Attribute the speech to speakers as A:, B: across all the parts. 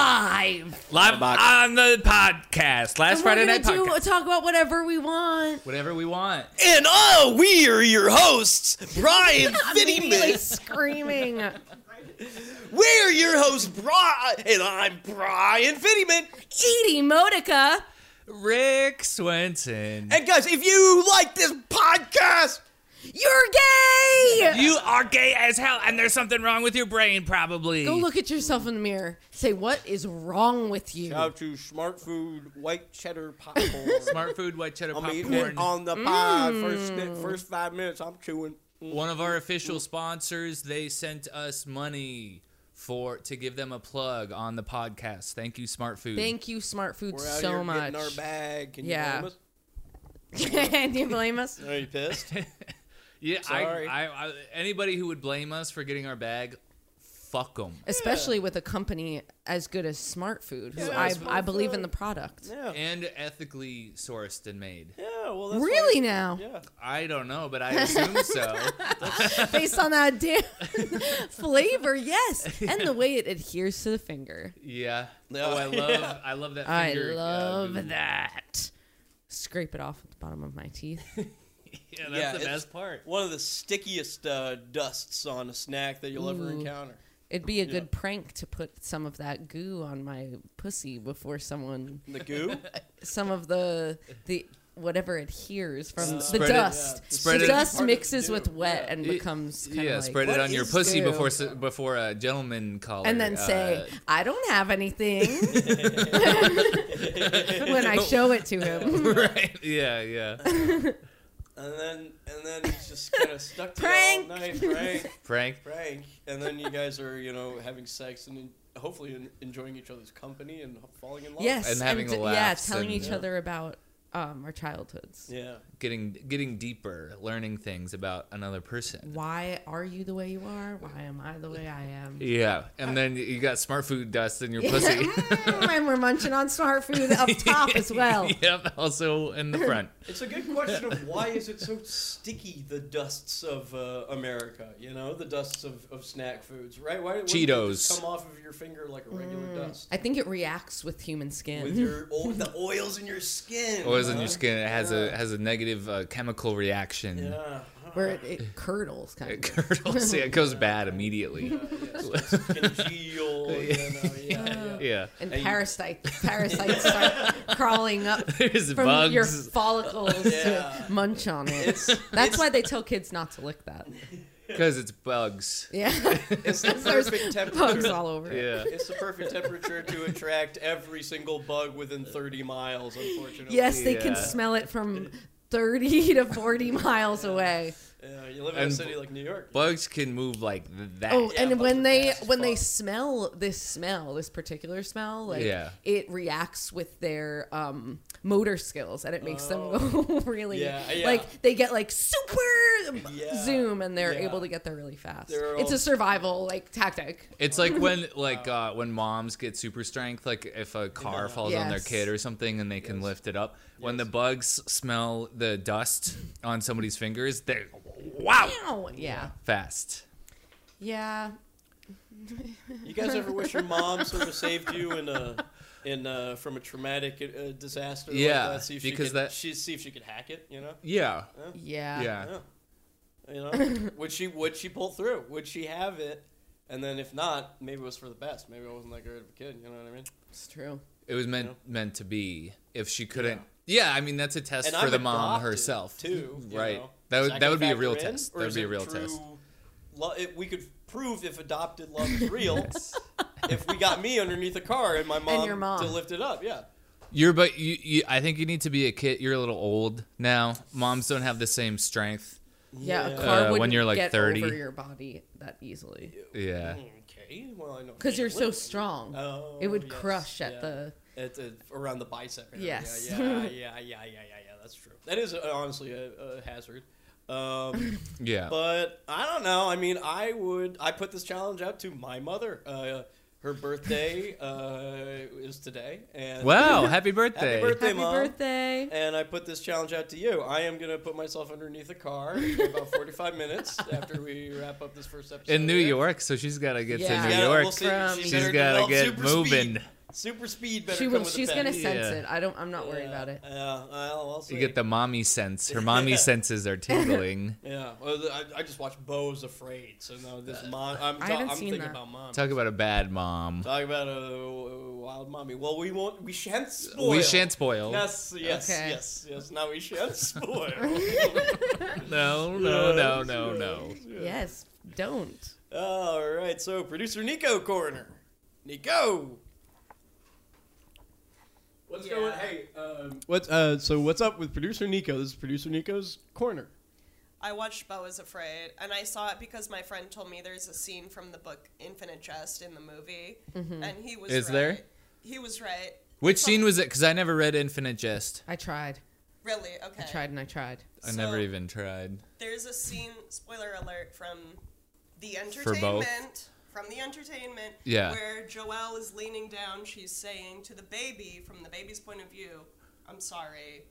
A: live, live
B: Box.
A: on the podcast. Last
C: We're
A: Friday
C: gonna
A: night
C: do,
A: podcast.
C: talk about whatever we want.
A: Whatever we want.
B: And oh, we are your hosts, Brian
C: Immediately
B: Finneman.
C: screaming.
B: We're your hosts, Brian, and I'm Brian Finneman.
C: Edie Modica.
A: Rick Swenson.
B: And guys, if you like this podcast,
C: You're gay!
A: You are gay as hell, and there's something wrong with your brain, probably.
C: Go look at yourself in the mirror. Say, what is wrong with you?
D: How to smart food, white cheddar popcorn.
A: Smart food, white cheddar
D: I'm eating
A: popcorn.
D: it on the pie.
B: Mm.
D: First, ni- first five minutes, I'm chewing. Mm,
A: One of our official sponsors, they sent us money for to give them a plug on the podcast. Thank you, Smart Food.
C: Thank you, Smart Food,
D: We're out
C: so
D: here
C: much.
D: getting our bag. Can
C: Yeah.
D: you blame us?
C: Can you blame us?
D: Are you pissed?
A: yeah, I,
D: Sorry.
A: I, I, anybody who would blame us for getting our bag, fuck them.
C: Especially with a company as good as Smart Food, who
D: Yeah,
C: I,
D: Smart
C: I believe in
D: Food.
C: the product.
D: yeah.
A: And ethically sourced and made.
D: Yeah. Well, that's why-
C: Really now,
D: Yeah.
A: I don't know, but I assume so.
C: based on that damn flavor, yes, and the way it adheres to the finger.
A: Yeah.
D: No.
A: Oh, I love, I love that.
C: I
A: finger, uh,
C: love
A: movement.
C: that. Scrape it off at the bottom of my teeth.
A: Yeah, that's
D: Yeah,
A: the
D: it's-
A: best part.
D: One of the stickiest uh, dusts on a snack that you'll ever encounter.
C: It'd be a good prank to put some of that goo on my pussy before someone,
D: The goo.
C: some of the the whatever adheres from the
A: Uh, Spread it.
C: dust.
D: Yeah,
A: spread
C: the
A: it.
C: dust
D: Part of
C: mixes
D: goo,
C: with wet
D: yeah.
C: and
A: Y-
C: becomes kind of
A: yeah,
C: like,
A: spread it
D: "What
A: on your
D: is
A: pussy
C: goo?"
A: before s- before a gentleman uh, caller.
C: and then say, "I don't have anything." when I show it to him,
A: uh, right? Yeah, yeah.
D: And then and then it's just kind of stuck to
C: Prank.
D: you all night, Frank.
A: Frank.
D: Frank. And then you guys are you know having sex and en- hopefully en- enjoying each other's company and falling in love.
C: yes,
A: And having
C: d- yeah,
A: laughs
C: telling
A: and-
C: each
A: Yeah.
C: other about um, our childhoods.
D: Yeah.
A: getting getting deeper, learning things about another person.
C: Why are you the way you are? Why am I the way I am?
A: Yeah, and then you got smart food dust in your pussy.
C: Mm, and we're munching on smart food up top as well.
A: yep, also in the front.
D: It's a good question of why is it so sticky, the dusts of uh, America, you know, the dusts of, of snack foods, right? Why wouldn't it just
A: Cheetos.
D: come off of your finger like a regular dust
C: I think it reacts with human skin.
D: with your oil, the oils in your skin.
A: Oils in
D: huh?
A: your skin. It has a has a negative uh, chemical reaction.
D: Yeah.
C: where it, it curdles kind
A: It
C: of.
A: curdles. Yeah, it goes bad immediately.
D: Congeal, you know, yeah, yeah.
A: Yeah.
C: And
D: you-
C: parasite, parasites start crawling up
A: There's
C: from
A: bugs.
C: your follicles
D: Yeah.
C: to munch on it. That's why they tell kids not to lick that.
A: Because it's bugs.
C: Yeah,
D: It's the
C: There's
D: perfect
C: bugs
D: temperature.
C: all over it.
A: Yeah.
D: It's the perfect temperature to attract every single bug within 30 miles, unfortunately.
C: Yes, they can
A: Yeah.
C: smell it from 30 to 40 miles away.
D: Yeah, you live in a
A: And-
D: city like New York.
A: Bugs can move like that.
C: Oh,
D: Yeah,
C: and
D: bugs
C: when
D: are
C: they
D: fast as
C: when they
D: fuck.
C: smell this smell, this particular smell, like
A: Yeah.
C: it reacts with their um, motor skills, and it makes them go really
D: Oh. Yeah, yeah.
C: like they get like super
D: Yeah,
C: zoom, and they're
D: yeah.
C: able to get there really fast.
D: They're
C: it's
D: all-
C: a survival like tactic.
A: It's like when like uh, when moms get super strength, like if a car falls on their
C: Yes.
A: kid or something and they can lift it up. When the bugs smell the dust on somebody's fingers, they wow
C: Ow! Yeah,
A: fast.
C: yeah.
D: You guys ever wish your mom sort of saved you in a in uh from a traumatic uh, disaster?
A: Yeah,
D: like that? See if
A: because
D: she could,
A: that-
D: she see if she could hack it. You know,
A: Yeah.
C: Yeah.
A: Yeah.
D: you know, would she would she pull through? Would she have it? And then if not, maybe it was for the best. Maybe I wasn't that great of a kid. You know what I mean?
C: it's true.
A: It was meant meant to be. If she couldn't Yeah, I mean that's a test
D: And
A: for
D: I'm
A: the mom
D: adopted,
A: herself.
D: too. you
A: Right.
D: know.
A: That
D: Does
A: would- that would be a
D: factor
A: real
D: in?
A: test. That
D: Or
A: would
D: is
A: be a
D: it
A: real test.
D: true Lo- it, we could prove if adopted love is real. If we got me underneath a car and my mom,
C: your mom.
D: to lift it up, yeah.
A: You're but you, you I think you need to be a kid. You're a little old now. Moms don't have the same strength.
C: Yeah,
D: Yeah.
C: a car
A: Uh,
C: wouldn't
A: when you're, like,
C: get
A: 30.
C: over your body that easily
A: Yeah.
D: Okay, well I know
C: because you're so
D: Really?
C: strong.
D: Oh,
C: it would
D: yes,
C: crush at
D: yeah.
C: the.
D: It's uh, around the bicep. Area.
C: Yes.
D: Yeah, yeah, yeah, yeah, yeah, yeah, yeah. That's true. That is uh, honestly a, a hazard. Um,
A: Yeah.
D: but I don't know. I mean, I would. I put this challenge out to my mother. Uh, her birthday uh, is today, and
A: wow, happy birthday.
D: happy birthday,
C: Happy
D: mom.
C: birthday.
D: And I put this challenge out to you. I am gonna put myself underneath a car in about forty-five minutes after we wrap up this first episode
A: In New
D: here.
A: York, so she's gotta get
C: Yeah.
A: to New
D: Yeah,
A: York.
D: we'll see.
C: From-
D: She
A: She's
D: better
A: gotta
D: develop
A: get
D: super speed.
A: moving.
D: Super speed better
C: She
D: come
C: will.
D: with a
C: She's
D: pen.
C: gonna sense
A: Yeah.
C: it. I don't. I'm not worried about it.
D: Yeah, well, I'll
A: You
D: see.
A: get the mommy sense. Her mommy senses are tingling.
D: Yeah, well, the- I, I just watched Bo's Afraid, so now this mom. I'm, ta-
C: I haven't
D: I'm
C: seen
D: thinking
C: that.
D: about mom.
A: Uh, Talk about a bad mom.
D: Talk about a wild mommy. Well, we won't. We shan't spoil.
A: We shan't spoil.
D: Yes, yes,
C: Okay.
D: yes, yes. Now we shan't spoil.
A: No, no, no,
D: Yes,
A: no,
D: yes,
A: no.
C: Yes. Don't.
D: All right, so producer Nico corner. Nico. What's
C: Yeah.
D: going? Hey, um, what's uh? So what's up with producer Nico? This is producer Nico's corner.
E: I watched Bo is Afraid, and I saw it because my friend told me there's a scene from the book Infinite Jest in the movie, and he was
A: Mm-hmm. Is
E: right.
A: there?
E: He was right.
A: Which scene was it? Because I never read Infinite Jest.
C: I tried.
E: Really?
C: I
E: Okay.
C: tried and I tried.
A: I never
E: So-
A: even tried.
E: There's a scene. Spoiler alert from the
A: For both?
E: entertainment. From the entertainment.
A: Yeah.
E: Where Joelle is leaning down, she's saying to the baby, from the baby's point of view, "I'm sorry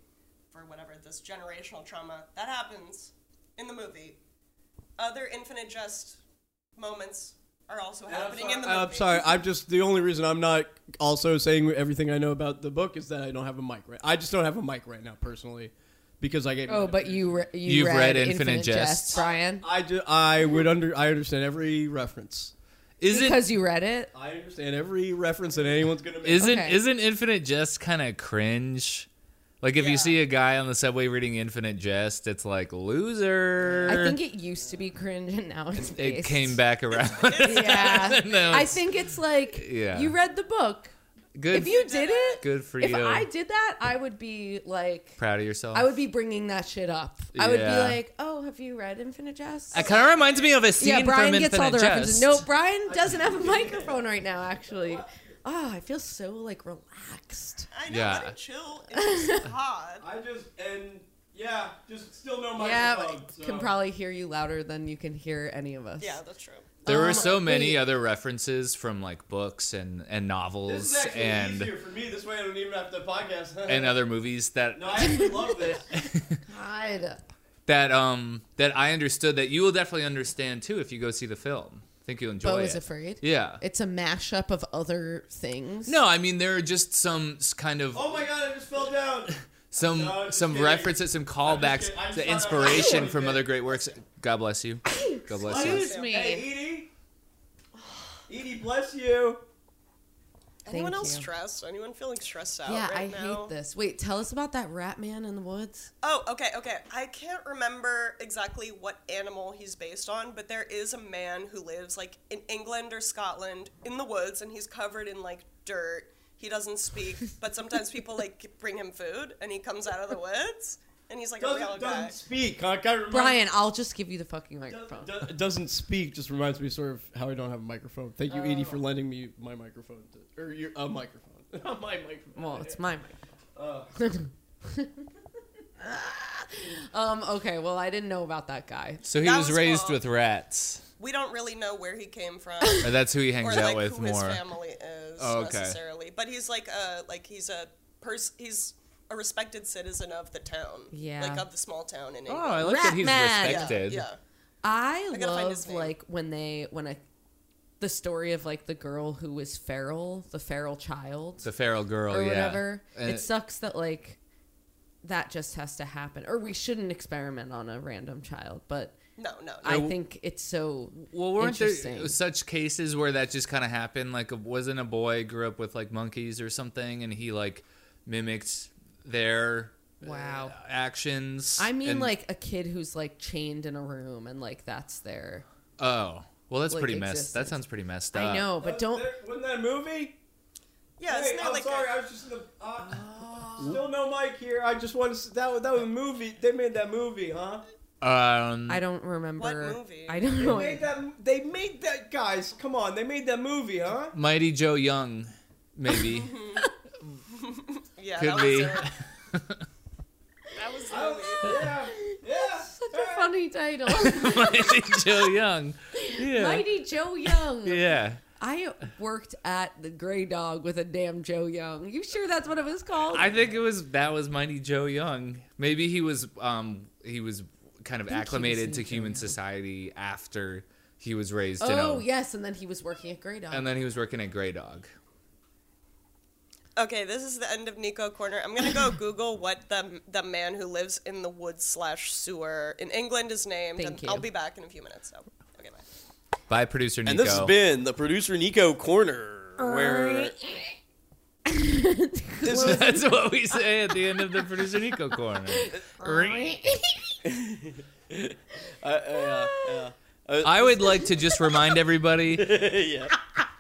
E: for whatever this generational trauma that happens in the movie." Other Infinite Jest moments are also happening in the movie.
D: Uh, I'm sorry. I'm just the only reason I'm not also saying everything I know about the book is that I don't have a mic right. I just don't have a mic right now personally, because I gave.
C: Oh,
D: my-
C: but you re- you
A: You've
C: read,
A: read
C: Infinite,
A: Infinite
C: Jest,
A: Jest.
C: Brian,
D: I ju- I would under. I understand every reference.
A: Is it?
C: because you read it.
D: I understand every reference that anyone's gonna make.
A: Isn't
C: Okay.
A: isn't Infinite Jest kind of cringe? Like if you
E: Yeah.
A: see a guy on the subway reading Infinite Jest, it's like loser.
C: I think it used to be cringe, and now it's
A: it
C: based.
A: came back around.
C: Yeah,
A: No,
C: I
A: it's-
C: think it's like
A: Yeah.
C: you read the book.
A: good.
C: If you did it,
A: good for
C: if
A: you.
C: I did that, I would be like,
A: Proud of yourself.
C: I would be bringing that shit up. I would be
A: Yeah.
C: like, oh, have you read Infinite Jest?
A: It kind of reminds me of a scene
C: yeah, Brian
A: from
C: gets
A: Infinite
C: all the
A: Jest.
C: references. No, Brian doesn't have a microphone right now. Actually, oh, I feel so like relaxed.
E: I know.
A: Yeah.
E: Let it chill. It's just hot.
D: I just and yeah, just still no
C: yeah,
D: microphone.
C: I can probably hear you louder than you can hear any of us.
E: Yeah, that's true.
A: There were
C: Um,
A: so many
C: wait.
A: other references from like books and and
D: This
A: novels
D: is actually
A: and
D: easier uh, for me. This way I don't even have to podcast.
A: and other movies that
D: no, I actually love this.
C: God.
A: that um that I understood that you will definitely understand too if you go see the film. I think you'll enjoy
C: Bo
A: it.
C: is afraid.
A: Yeah.
C: It's a mashup of other things.
A: No, I mean there are just some s- kind of
D: Oh my god, I just fell down.
A: some
D: No, I'm just
A: some
D: kidding.
A: references, some callbacks,
D: kidding. I'm
A: the
D: sorry.
A: inspiration
D: I'm
A: from
D: kidding.
A: other great works. God bless you. God bless you.
C: Excuse me.
D: Hey, Edie. Edie, bless you.
E: Anyone
C: Thank
E: else
C: you.
E: stressed? Anyone feeling stressed out
C: Yeah,
E: right
C: I
E: now?
C: hate this. Wait, tell us about that rat man in the woods.
E: Oh, okay, okay. I can't remember exactly what animal he's based on, but there is a man who lives like in England or Scotland in the woods and he's covered in like dirt. He doesn't speak, but sometimes people like bring him food and he comes out of the woods and he's like a real
D: Doesn't,
E: guy.
D: doesn't speak. Can I, can I remind-
C: Brian, I'll just give you the fucking microphone.
D: Does- does- Doesn't speak just reminds me sort of how I don't have a microphone. Thank you,
E: Oh.
D: Edie, for lending me my microphone to, or your a microphone, not my microphone.
C: Well, it's my Uh. microphone. um, okay, well, I didn't know about that guy.
A: So he
E: That
A: was,
E: was
A: raised
E: cool.
A: with rats.
E: We don't really know where he came from
A: Or that's who he hangs
E: or
A: out
E: like
A: with
E: who
A: more.
E: his family is
A: Oh, okay.
E: necessarily. But he's like a like he's a pers- he's a respected citizen of the town.
C: Yeah.
E: Like of the small town in
A: Oh,
E: England.
A: I like that
C: Ratman.
A: he's
E: yeah,
A: respected.
E: yeah.
C: I,
E: I gotta find
C: love
E: his name.
C: like when they when a the story of like the girl who was feral, the feral child
A: The feral girl,
C: or
A: Oh, yeah.
C: whatever.
A: And
C: it sucks that like that just has to happen, or we shouldn't experiment on a random child. But
E: No, no, no.
C: I
A: w-
C: think it's so
A: Well, weren't there
C: Interesting.
A: such cases where that just kind of happened? Like, uh, wasn't a boy grew up with like monkeys or something, and he like mimicked their
C: Wow.
A: uh, actions.
C: I mean,
A: and-
C: like a kid who's like chained in a room and like that's their.
A: oh, well, that's
C: like,
A: pretty messed. That
C: existence.
A: sounds pretty messed up.
C: I know, but don't.
D: Wasn't that a movie?
E: Yeah,
D: Hey,
E: isn't there
D: I'm
E: like
D: sorry.
E: a-
D: I was just in the. Uh, Still no mic here. I just want to. That was- that was a movie. They made that movie, huh?
A: Um,
C: I don't remember.
E: movie?
C: I don't
D: They
C: know.
D: made that. They made that. Guys, come on. They made that movie, huh?
A: Mighty Joe Young, maybe
E: yeah,
A: could
E: that
A: be.
E: was it. That was
D: I
E: the
D: don't- Oh, yeah, yeah.
C: Such a funny title,
A: Mighty Joe Young. Yeah.
C: Mighty Joe Young.
A: yeah.
C: I worked at the Gray Dog with a damn Joe Young. You sure that's what it was called?
A: I think it was that was Mighty Joe Young. Maybe he was um he was kind of
C: think he was
A: acclimated
C: in
A: to
C: Joe
A: human
C: Young.
A: society after he was raised in a
C: oh yes, and then he was working at Gray Dog.
A: and then he was working at Grey Dog.
E: Okay, this is the end of Nico Corner. I'm gonna go Google what the the man who lives in the woods slash sewer in England is named,
C: Thank
E: and
C: you.
E: I'll be back in a few minutes. So, okay, bye.
A: By producer Nico.
D: And this has been the producer Nico Corner, where this is
A: That's what we say at the end of the producer Nico corner.
D: uh, yeah, yeah.
A: I would like to just remind everybody
D: yeah.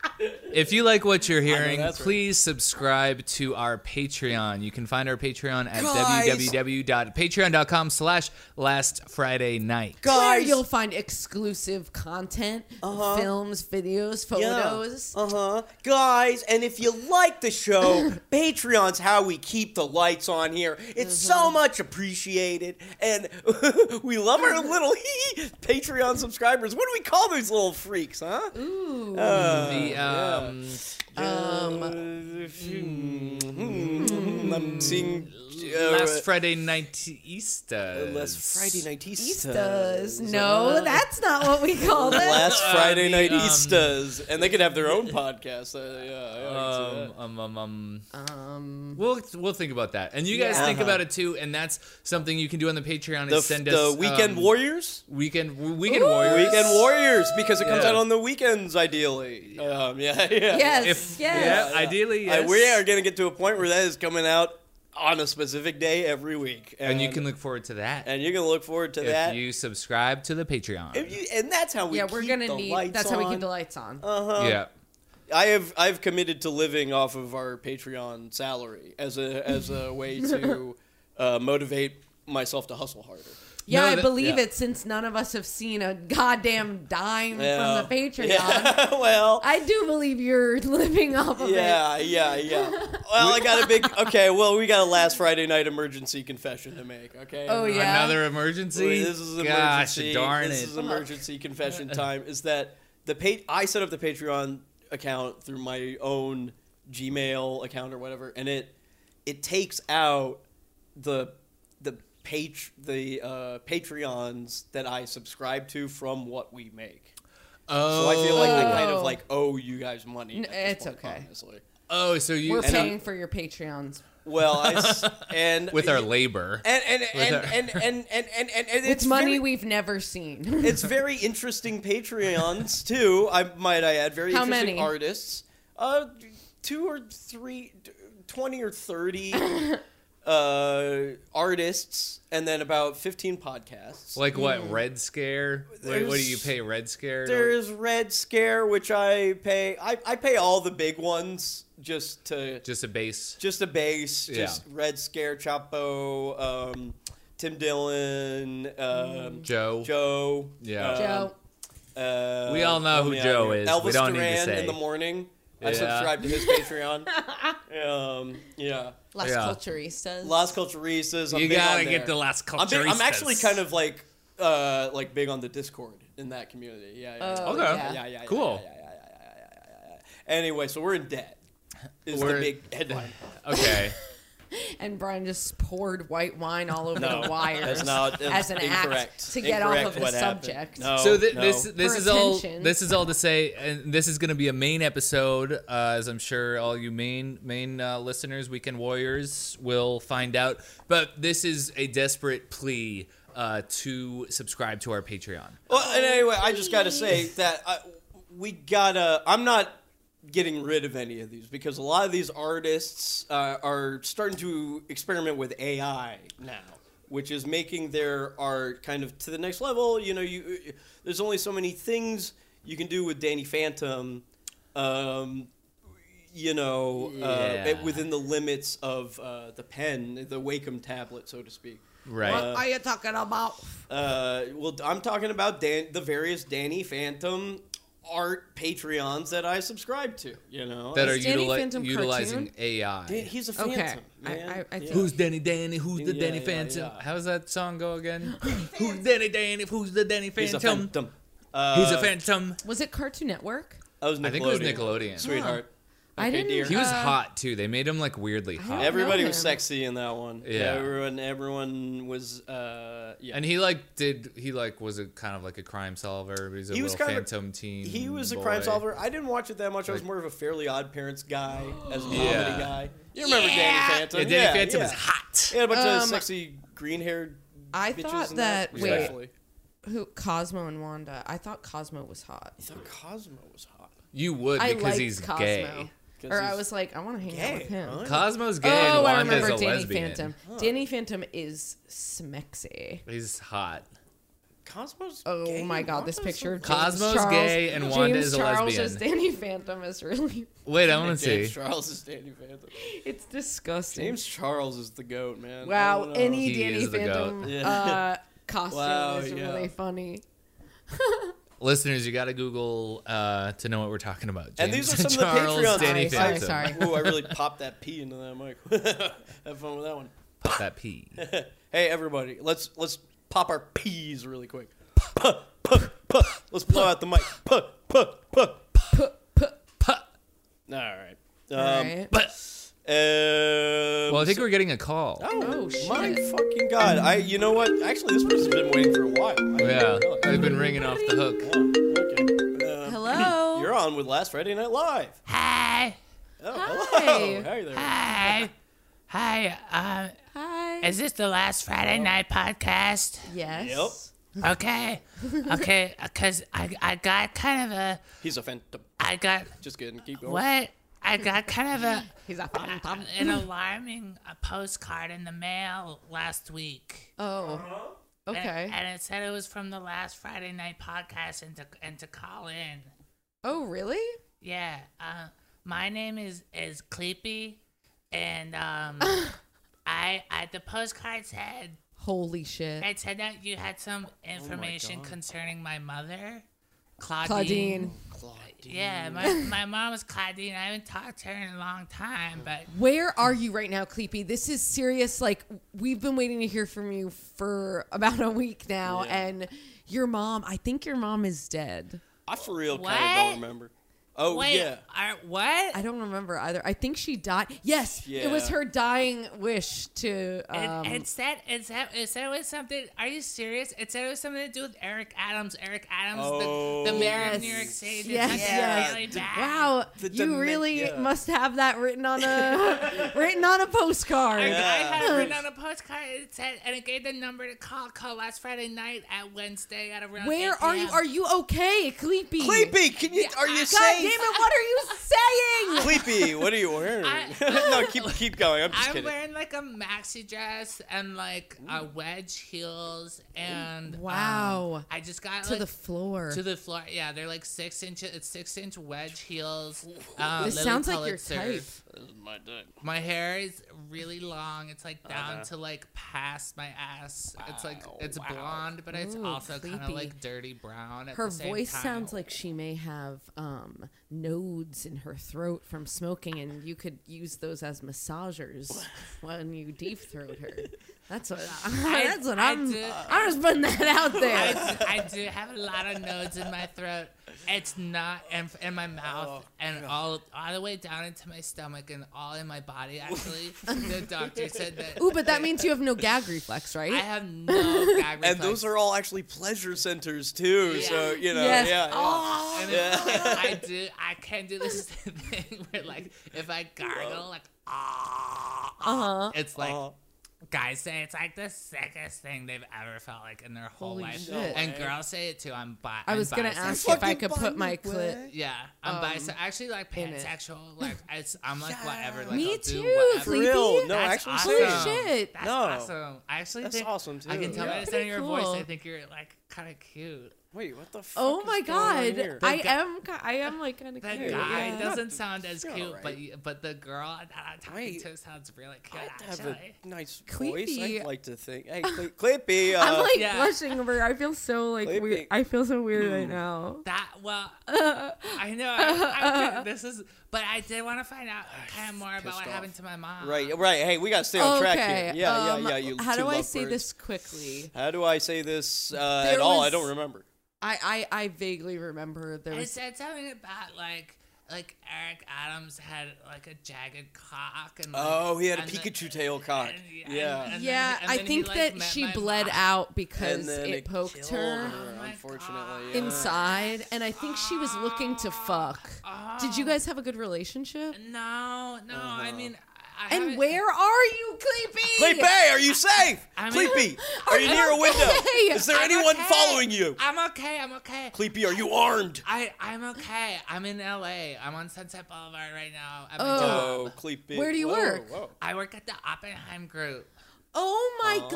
A: if you like what you're hearing,
D: that's right.
A: please subscribe to our Patreon. You can find our Patreon at
B: Guys.
A: www.patreon.com slash last Friday night.
C: Where
B: Guys,
C: you'll find exclusive content, films, videos, photos.
D: Oh,
B: Uh huh. Guys, and if you like the show, Patreon's how we keep the lights on here. It's
C: Mm-hmm.
B: so much appreciated, and we love our little Patreon subscribers. What do we call those little freaks, huh? Uh,
C: Ooh. Um,
A: the, um, uh,
C: hmm.
B: Mm, I'm seeing uh,
A: last Friday night Easter.
B: last Friday night
C: Eastas. No, that's not what we call them.
B: Last
A: Friday
D: Friday Night
A: um,
D: Eastas, and they could have their own podcast. Uh, yeah, I can see
A: Um, um, um, um,
C: Um,
A: we'll we'll think about that, and you guys
C: Yeah.
A: think about it too. And that's something you can do on the Patreon.
D: that.
A: is send
D: the,
A: us
D: the Weekend
A: um,
D: Warriors.
A: weekend weekend
C: Ooh.
A: warriors.
D: Weekend Warriors, because it comes
A: Yeah.
D: out on the weekends, ideally. Um, yeah, yeah.
C: yes,
A: If
C: yes.
A: yeah, ideally
D: I-
A: yes.
D: we are going to get to a point where that is coming out on a specific day every week,
A: and you can look forward to that
D: and you can look forward to
A: if
D: that.
A: you subscribe to the Patreon.
B: If you- and that's how we
C: yeah, we're
B: keep
C: gonna
B: the
C: need.
B: lights
C: That's how we keep
B: on.
C: the lights on.
D: Uh, Uh-huh.
A: yeah,
D: I have I've committed to living off of our Patreon salary as a as a way to uh, motivate myself to hustle harder.
C: yeah,
A: No,
C: I
A: that-
C: believe
D: yeah.
C: it since none of us have seen a goddamn dime
D: Yeah.
C: from the Patreon.
D: Yeah, well,
C: I do believe you're living off of it.
D: yeah, yeah, yeah. Well, I got a big okay. Well, we got a last Friday night emergency confession to make. Okay.
C: Oh yeah.
A: another emergency.
D: Wait, this is
A: Gosh,
D: emergency.
A: darn
D: this
A: it.
D: is emergency confession time. Is that the pa- I set up the Patreon account through my own Gmail account or whatever, and it it takes out the the page the uh, Patreons that I subscribe to from what we make. So
A: oh,
D: I feel like I kind
C: Oh.
D: of like owe you guys money.
C: N-
D: at this
C: it's
D: point,
C: okay.
D: Honestly.
A: oh, so you
C: We're
A: and, uh,
C: paying for your Patreons.
D: Well, I s- and
A: with our labor.
D: and and and,
A: our-
D: and and and and and and
C: It's
D: it's
C: money
D: very-
C: we've never seen.
D: it's very interesting Patreons too. I might I add very
C: How
D: interesting
C: many?
D: artists. Uh, two or three, t- twenty or thirty uh, artists, and then about fifteen podcasts.
A: like what? Red Scare? What, what do you
D: Mm. There's-
A: pay Red Scare? to-
D: There's Red Scare, which I pay. I, I pay all the big ones just to
A: just a base.
D: just a base,
A: Yeah.
D: just Red Scare, Chapo, um, Tim Dillon, um,
A: Joe.
D: Joe,
A: Yeah.
D: um,
C: Mm. Joe.
D: Uh,
A: We all know who
D: yeah,
A: Joe
D: yeah.
A: is.
D: Elvis
A: We don't need to
D: Duran
A: say.
D: in the morning. I
A: Yeah.
D: subscribe to his Patreon. um, yeah,
C: Las
A: Yeah.
C: Culturistas.
D: Las Culturistas. I'm
A: you
D: big
A: gotta
D: on
A: get the
D: there.
A: last
D: I'm,
A: culture.
D: big, I'm actually kind of like uh, like big on the Discord in that community. Yeah. yeah, yeah.
C: Oh,
A: Okay.
C: yeah.
D: Yeah, yeah, yeah,
A: Cool.
D: yeah, yeah, yeah, yeah, yeah, yeah, yeah, yeah. Anyway, so we're in debt. Is
A: We're-
D: the big headline.
A: okay.
C: And Brian just poured white wine all over
D: No,
C: the wires
D: that's not
C: as an
D: incorrect.
C: act to get off
D: Incorrect
C: of the
D: what happened.
C: subject.
D: No,
A: so th-
D: no.
A: this this
C: For
A: is all
C: attention.
A: this is all to say, and this is going to be a main episode, uh, as I'm sure all you main main uh, listeners, weekend warriors, will find out. But this is a desperate plea uh, to subscribe to our Patreon.
D: Well, and anyway, I just got to say that I, we gotta. I'm not getting rid of any of these because a lot of these artists uh, are starting to experiment with AI now, which is making their art kind of to the next level. You know, you there's only so many things you can do with Danny Phantom. Um, you know,
A: Yeah.
D: uh, within the limits of uh, the pen, the Wacom tablet, so to speak.
A: Right.
C: What are you talking about?
D: Uh, well, I'm talking about Dan- the various Danny Phantom art Patreons that I subscribe to. You know,
A: that are
C: Is Danny
A: utili-
C: Phantom
A: utilizing
C: cartoon?
A: AI.
D: Dan- he's a phantom.
C: Okay, I-
D: Man.
C: I- I
D: Yeah.
C: think-
A: Who's Danny Danny? Who's the
D: Yeah,
A: Danny
D: yeah,
A: Phantom?
D: yeah.
A: How's that song go again? who's Danny Danny? Who's the Danny
D: he's a
A: Phantom?
D: phantom? Uh,
A: He's a phantom.
C: Was it Cartoon Network?
D: That was Nickelodeon.
A: I think it was Nickelodeon.
D: Sweetheart.
C: I didn't.
D: dear.
A: He was
C: uh,
A: hot too. They made him like weirdly
C: don't know
A: hot.
D: Everybody was
C: him.
D: sexy in that one.
A: Yeah.
D: Everyone everyone was uh yeah.
A: And he like did he like was a kind of like a crime solver. He was a
D: He was
A: little
D: kind of a-
A: phantom teen.
D: he was a
A: boy.
D: crime solver. I didn't watch it that much. I was
A: Like-
D: more of a Fairly Odd Parents guy as a comedy
A: Yeah.
D: guy. You remember Danny Phantom?
A: Yeah, Danny Phantom is hot.
D: He had a bunch of
C: Um,
D: sexy green-haired.
C: I
D: bitches
C: thought
D: in
C: that-
D: that.
C: wait.
D: Respectfully.
C: Who Cosmo and Wanda? I thought Cosmo was hot.
D: I thought Cosmo was hot.
A: You would
C: I
A: because
C: liked
A: he's
C: Cosmo.
A: gay.
D: 'Cause
C: Or I
D: he's
C: was like, I want to hang out with
D: gay,
C: him.
D: huh?
A: Cosmo's gay
C: Oh,
A: and
C: I
A: Wanda's
C: remember
A: a
C: Danny
A: lesbian.
C: Phantom. Danny Phantom is smexy.
A: He's hot.
D: Cosmo's
C: Oh
D: gay
C: my
D: and
C: god, this
D: Wanda's
C: picture of
D: so-
C: James
A: Cosmo's
C: Charles,
A: gay and Wanda
C: James
A: is a
C: Charles
A: lesbian.
C: as Danny Phantom is really
A: Wait, I want to
D: James
A: see.
D: Charles is Danny Phantom.
C: it's disgusting.
D: James Charles is the goat, man. I
C: wow,
D: don't know.
C: any
A: He
C: Danny
A: is the
C: Phantom
D: goat.
C: uh, costume
D: Wow,
C: is
D: yeah.
C: really funny.
A: Listeners, you got to Google uh, to know what we're talking about.
D: And these
A: James
D: are some of the
A: Charles,
D: Patreon-
A: Danny
C: Sorry,
A: Phantom.
C: sorry,
D: Ooh, I really popped that P into that mic. Have fun with that one.
A: Pop that P.
D: Hey everybody, let's let's pop our peas really quick. Puh, puh, puh. Let's blow out the mic. Puh, puh, puh. All right. Um,
C: All right.
A: But
D: um,
A: well, I think we're getting a call.
D: oh,
C: Oh,
D: my
C: shit.
D: fucking god! I you know what? Actually, this person's been waiting for a while. I
A: Yeah,
D: didn't realize.
A: I've been ringing off the hook.
D: Oh, okay. Um,
C: Hello.
D: You're on with Last Friday Night Live.
F: Hi.
D: Oh,
C: Hi.
D: hello. Hey there.
F: Hi. Hi. Um,
C: Hi.
F: is this the last Friday night podcast?
C: yes.
F: Okay. Okay. Because I, I got kind of a.
D: He's a phantom.
F: I got.
D: Just kidding. Keep going.
F: What? I got kind of a.
C: He's a phantom.
F: An alarming uh postcard in the mail last week.
D: Uh-huh.
C: Oh. Okay.
F: And, and it said it was from the last Friday night podcast and to, and to call in.
C: Oh, really?
F: Yeah. Uh, my name is is Cleepy, and um, I I the postcard said
C: Holy shit.
F: it said that you had some
D: Oh
F: information concerning my mother, Claudine.
C: Claudine.
F: Yeah, my my mom was Claudine. I haven't talked to her in a long time, but
C: Where are you right now, Cleepy? This is serious. Like we've been waiting to hear from you for about a week now,
D: Yeah.
C: and your mom. I think your mom is dead.
D: I for real kind of
F: What?
D: don't remember. Oh
F: wait,
D: yeah.
F: are, what?
C: I don't remember either. I think she died. Yes, it was
D: Yeah.
C: her dying wish to. Um,
F: it, it said it said it said it was something. Are you serious? It said it was something to do with Eric Adams. Eric Adams,
D: Oh.
F: the, the mayor
C: yes,
F: of New York City. did
C: Yes,
F: something
C: yes.
F: really bad.
C: Wow,
D: The
C: you
D: demen-
C: really
D: yeah.
C: must have that written on a written on a
F: I,
C: postcard.
F: I had
D: Yeah.
F: it written on a postcard. It said, and it gave the number to call. Call last Friday night at Wednesday at around.
C: Where
F: 8
C: are you?
F: PM.
C: Are you okay, Cleepy?
D: Cleepy, can you are you
C: God
D: saying?
C: damn it! What are you saying?
D: Sleepy, what are you wearing?
F: I-
D: no, keep keep going. I'm just
F: I'm
D: kidding.
F: wearing like a maxi dress and like a wedge heels and um,
C: Wow.
F: I just got
C: to
F: like,
C: the floor.
F: to the floor. Yeah, they're like six inch. It's six inch wedge heels. Uh,
C: this
F: Lily
C: sounds like your
F: Pulitzer.
C: type.
F: My hair is really long. It's like down
D: Uh-huh.
F: to like past my ass. It's like it's blonde, but it's
C: Ooh,
F: also kind of
C: creepy.
F: like dirty brown. At
C: Her
F: the same
C: voice
F: time.
C: sounds like she may have um, nodes in her throat from smoking, and you could use those as massagers when you deep throat her. That's what. that's what
F: I
C: I, am
F: do-
C: I'm just putting that out
F: I
C: there.
F: do, I do have a lot of nodes in my throat. It's not in, in my
D: Oh,
F: mouth and all all the way down into my stomach and all in my body. Actually, the doctor said that.
C: Ooh, but that means you have no gag reflex, right?
F: I have no gag
D: and those are all actually pleasure centers too. So you know,
C: Yes. Oh.
D: yeah. yeah.
F: And if- I do. I can do this thing where, like, if I gargle, like, ah,
C: Uh-huh.
F: it's like
D: Oh,
F: guys say it's like the sickest thing they've ever felt like in their whole
C: Holy
F: life,
C: shit.
F: and girls say it too. I'm bi.
C: I
F: I'm
C: was gonna
F: bisexual.
C: ask if I
D: Fucking
C: could
D: by
C: put
D: the
C: my clit.
D: way.
F: Yeah, I'm
C: um,
F: bisexual. Actually, like
C: in it.
F: pansexual. Like, it's, I'm like whatever. Like,
C: Me
F: I'll
C: too,
F: Do whatever.
D: for
C: Sleepy?
D: real? No,
F: That's
D: actually,
F: awesome.
C: Holy
D: same.
C: shit.
F: That's
D: No.
F: awesome. I actually
D: That's
F: think
D: awesome,
F: I
D: too.
F: can tell
D: Yeah.
F: by the sound of your
C: Pretty
F: voice.
C: cool.
F: I think you're like kind of cute.
D: Wait, what the? Fuck
C: Oh
D: is
C: my
D: going on
C: god,
D: here?
C: I
F: The gu-
C: am. ki- I am like kind of
F: The
C: cute.
F: guy
C: yeah.
F: doesn't sound as
D: you're
F: cute,
D: alright.
F: but you- but the girl that I'm talking
D: Wait.
F: to sounds really cute.
D: I have
F: actually.
D: a nice voice.
C: Cleepy.
D: I like to think. Hey, Cle- Cleepy. Uh,
C: I'm like
F: yeah.
C: blushing over. I feel so like
D: Cleepy.
C: weird. I feel so weird right now.
F: That well, I know I, I, this is, but I did want to find out kind of more about
D: Ah, pissed
F: what
D: off.
F: happened to my mom.
D: right, right. Hey, we gotta stay on track here. Yeah,
C: um,
D: yeah, yeah. You.
C: how
D: two
C: do I
D: love
C: say
D: birds.
C: this quickly?
D: How do I say this uh, at
C: There
D: all? I
C: was-
D: don't remember.
C: I, I, I vaguely remember there
F: It
C: was
F: said something about like like Eric Adams had like a jagged cock and like,
D: Oh, he had a
F: and the-
D: Pikachu tail cock.
F: and- and-
D: yeah.
F: and then-
C: yeah,
F: and
C: I
F: then he,
C: think
F: like,
C: that
F: met
C: she
F: my
C: bled
F: mom.
C: out because
D: And then
C: it,
D: it
C: poked
D: killed
C: her, Oh
D: her,
F: my
D: unfortunately.
F: God.
D: yeah.
C: inside, and I think she was looking to fuck. Did you guys have a good relationship?
F: No, no.
D: Uh-huh.
F: I mean, I I
C: And
F: haven't-
C: where are you, Cleepy?
D: Cleepy, are you safe?
F: I'm-
D: Cleepy, are you
C: I'm
D: near a window?
C: okay.
D: Is there
F: I'm
D: anyone
F: okay.
D: following you?
F: I'm okay. I'm okay.
D: Cleepy, are you armed?
F: I I'm okay. I'm in L.A. I'm on Sunset Boulevard right now. at my
C: Oh.
F: job.
D: Oh, Cleepy.
C: Where do you
D: Whoa,
C: work?
D: whoa.
F: I work at the Oppenheim Group.
C: Oh uh, my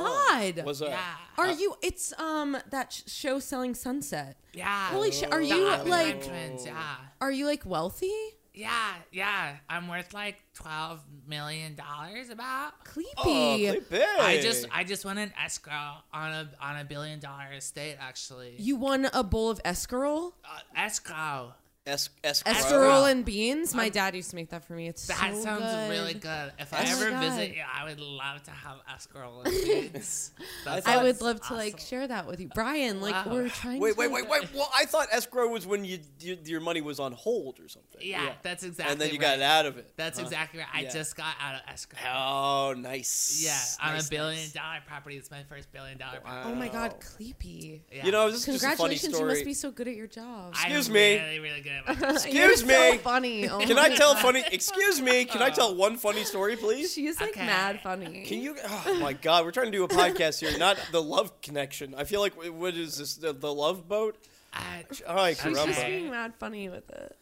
C: God!
D: What's that?
F: Yeah.
C: Are you? It's um that sh- show selling Sunset.
F: Yeah.
C: Holy shit!
D: Oh.
C: Are
F: The
C: you
F: Oppenheim
C: like?
F: twins, yeah.
C: Are you like wealthy,
F: Yeah, yeah. I'm worth like twelve million dollars about.
D: Oh,
C: Cleepy?
D: Cleepy.
F: I just I just won an escrow on a on a billion dollar estate actually.
C: you won a bowl of escarole,
F: uh, escrow.
D: Es- escrow.
C: escarole and beans.
D: Um,
C: My dad used to make that for me. It's
F: That
C: so
F: sounds
C: good.
F: really good. If
C: Oh
F: I
C: my
F: ever
C: God.
F: visit you, I would love to have escrow and beans. That
C: I would
F: sounds
C: love to like
F: awesome.
C: share that with you, Brian. Like
F: Wow.
C: we're trying.
D: Wait,
C: to,
D: wait,
C: like-
D: wait, wait. Well, I thought escrow was when you, you your money was on hold or something.
F: Yeah, that's exactly.
D: and then you
F: right.
D: got out of it.
F: That's
D: huh?
F: exactly right. I
D: Yeah.
F: just got out of escrow.
D: Oh, nice.
F: Yeah, on
D: Nice,
F: a billion
D: nice.
F: dollar property. It's my first billion dollar property.
C: Oh my God, Cleepy!
F: Yeah.
D: You know, this is just a funny
C: Congratulations, you
D: story.
C: must be so good at your job.
F: I'm
D: excuse me.
F: Really, really good at my
C: You're
D: Excuse
C: So
D: me.
C: funny. Oh
D: Can
C: my
D: I tell
C: God.
D: funny? Excuse me. Can I
F: Uh.
D: tell one funny story, please?
C: She is like
F: Okay.
C: mad funny.
D: Can you? Oh my God, we're trying to do a podcast here, not the love connection. I feel like what is this? The, the love boat?
F: uh,
D: Ay,
F: She's
C: She's
F: Rumble.
C: just
D: caramba.
C: being mad funny with it.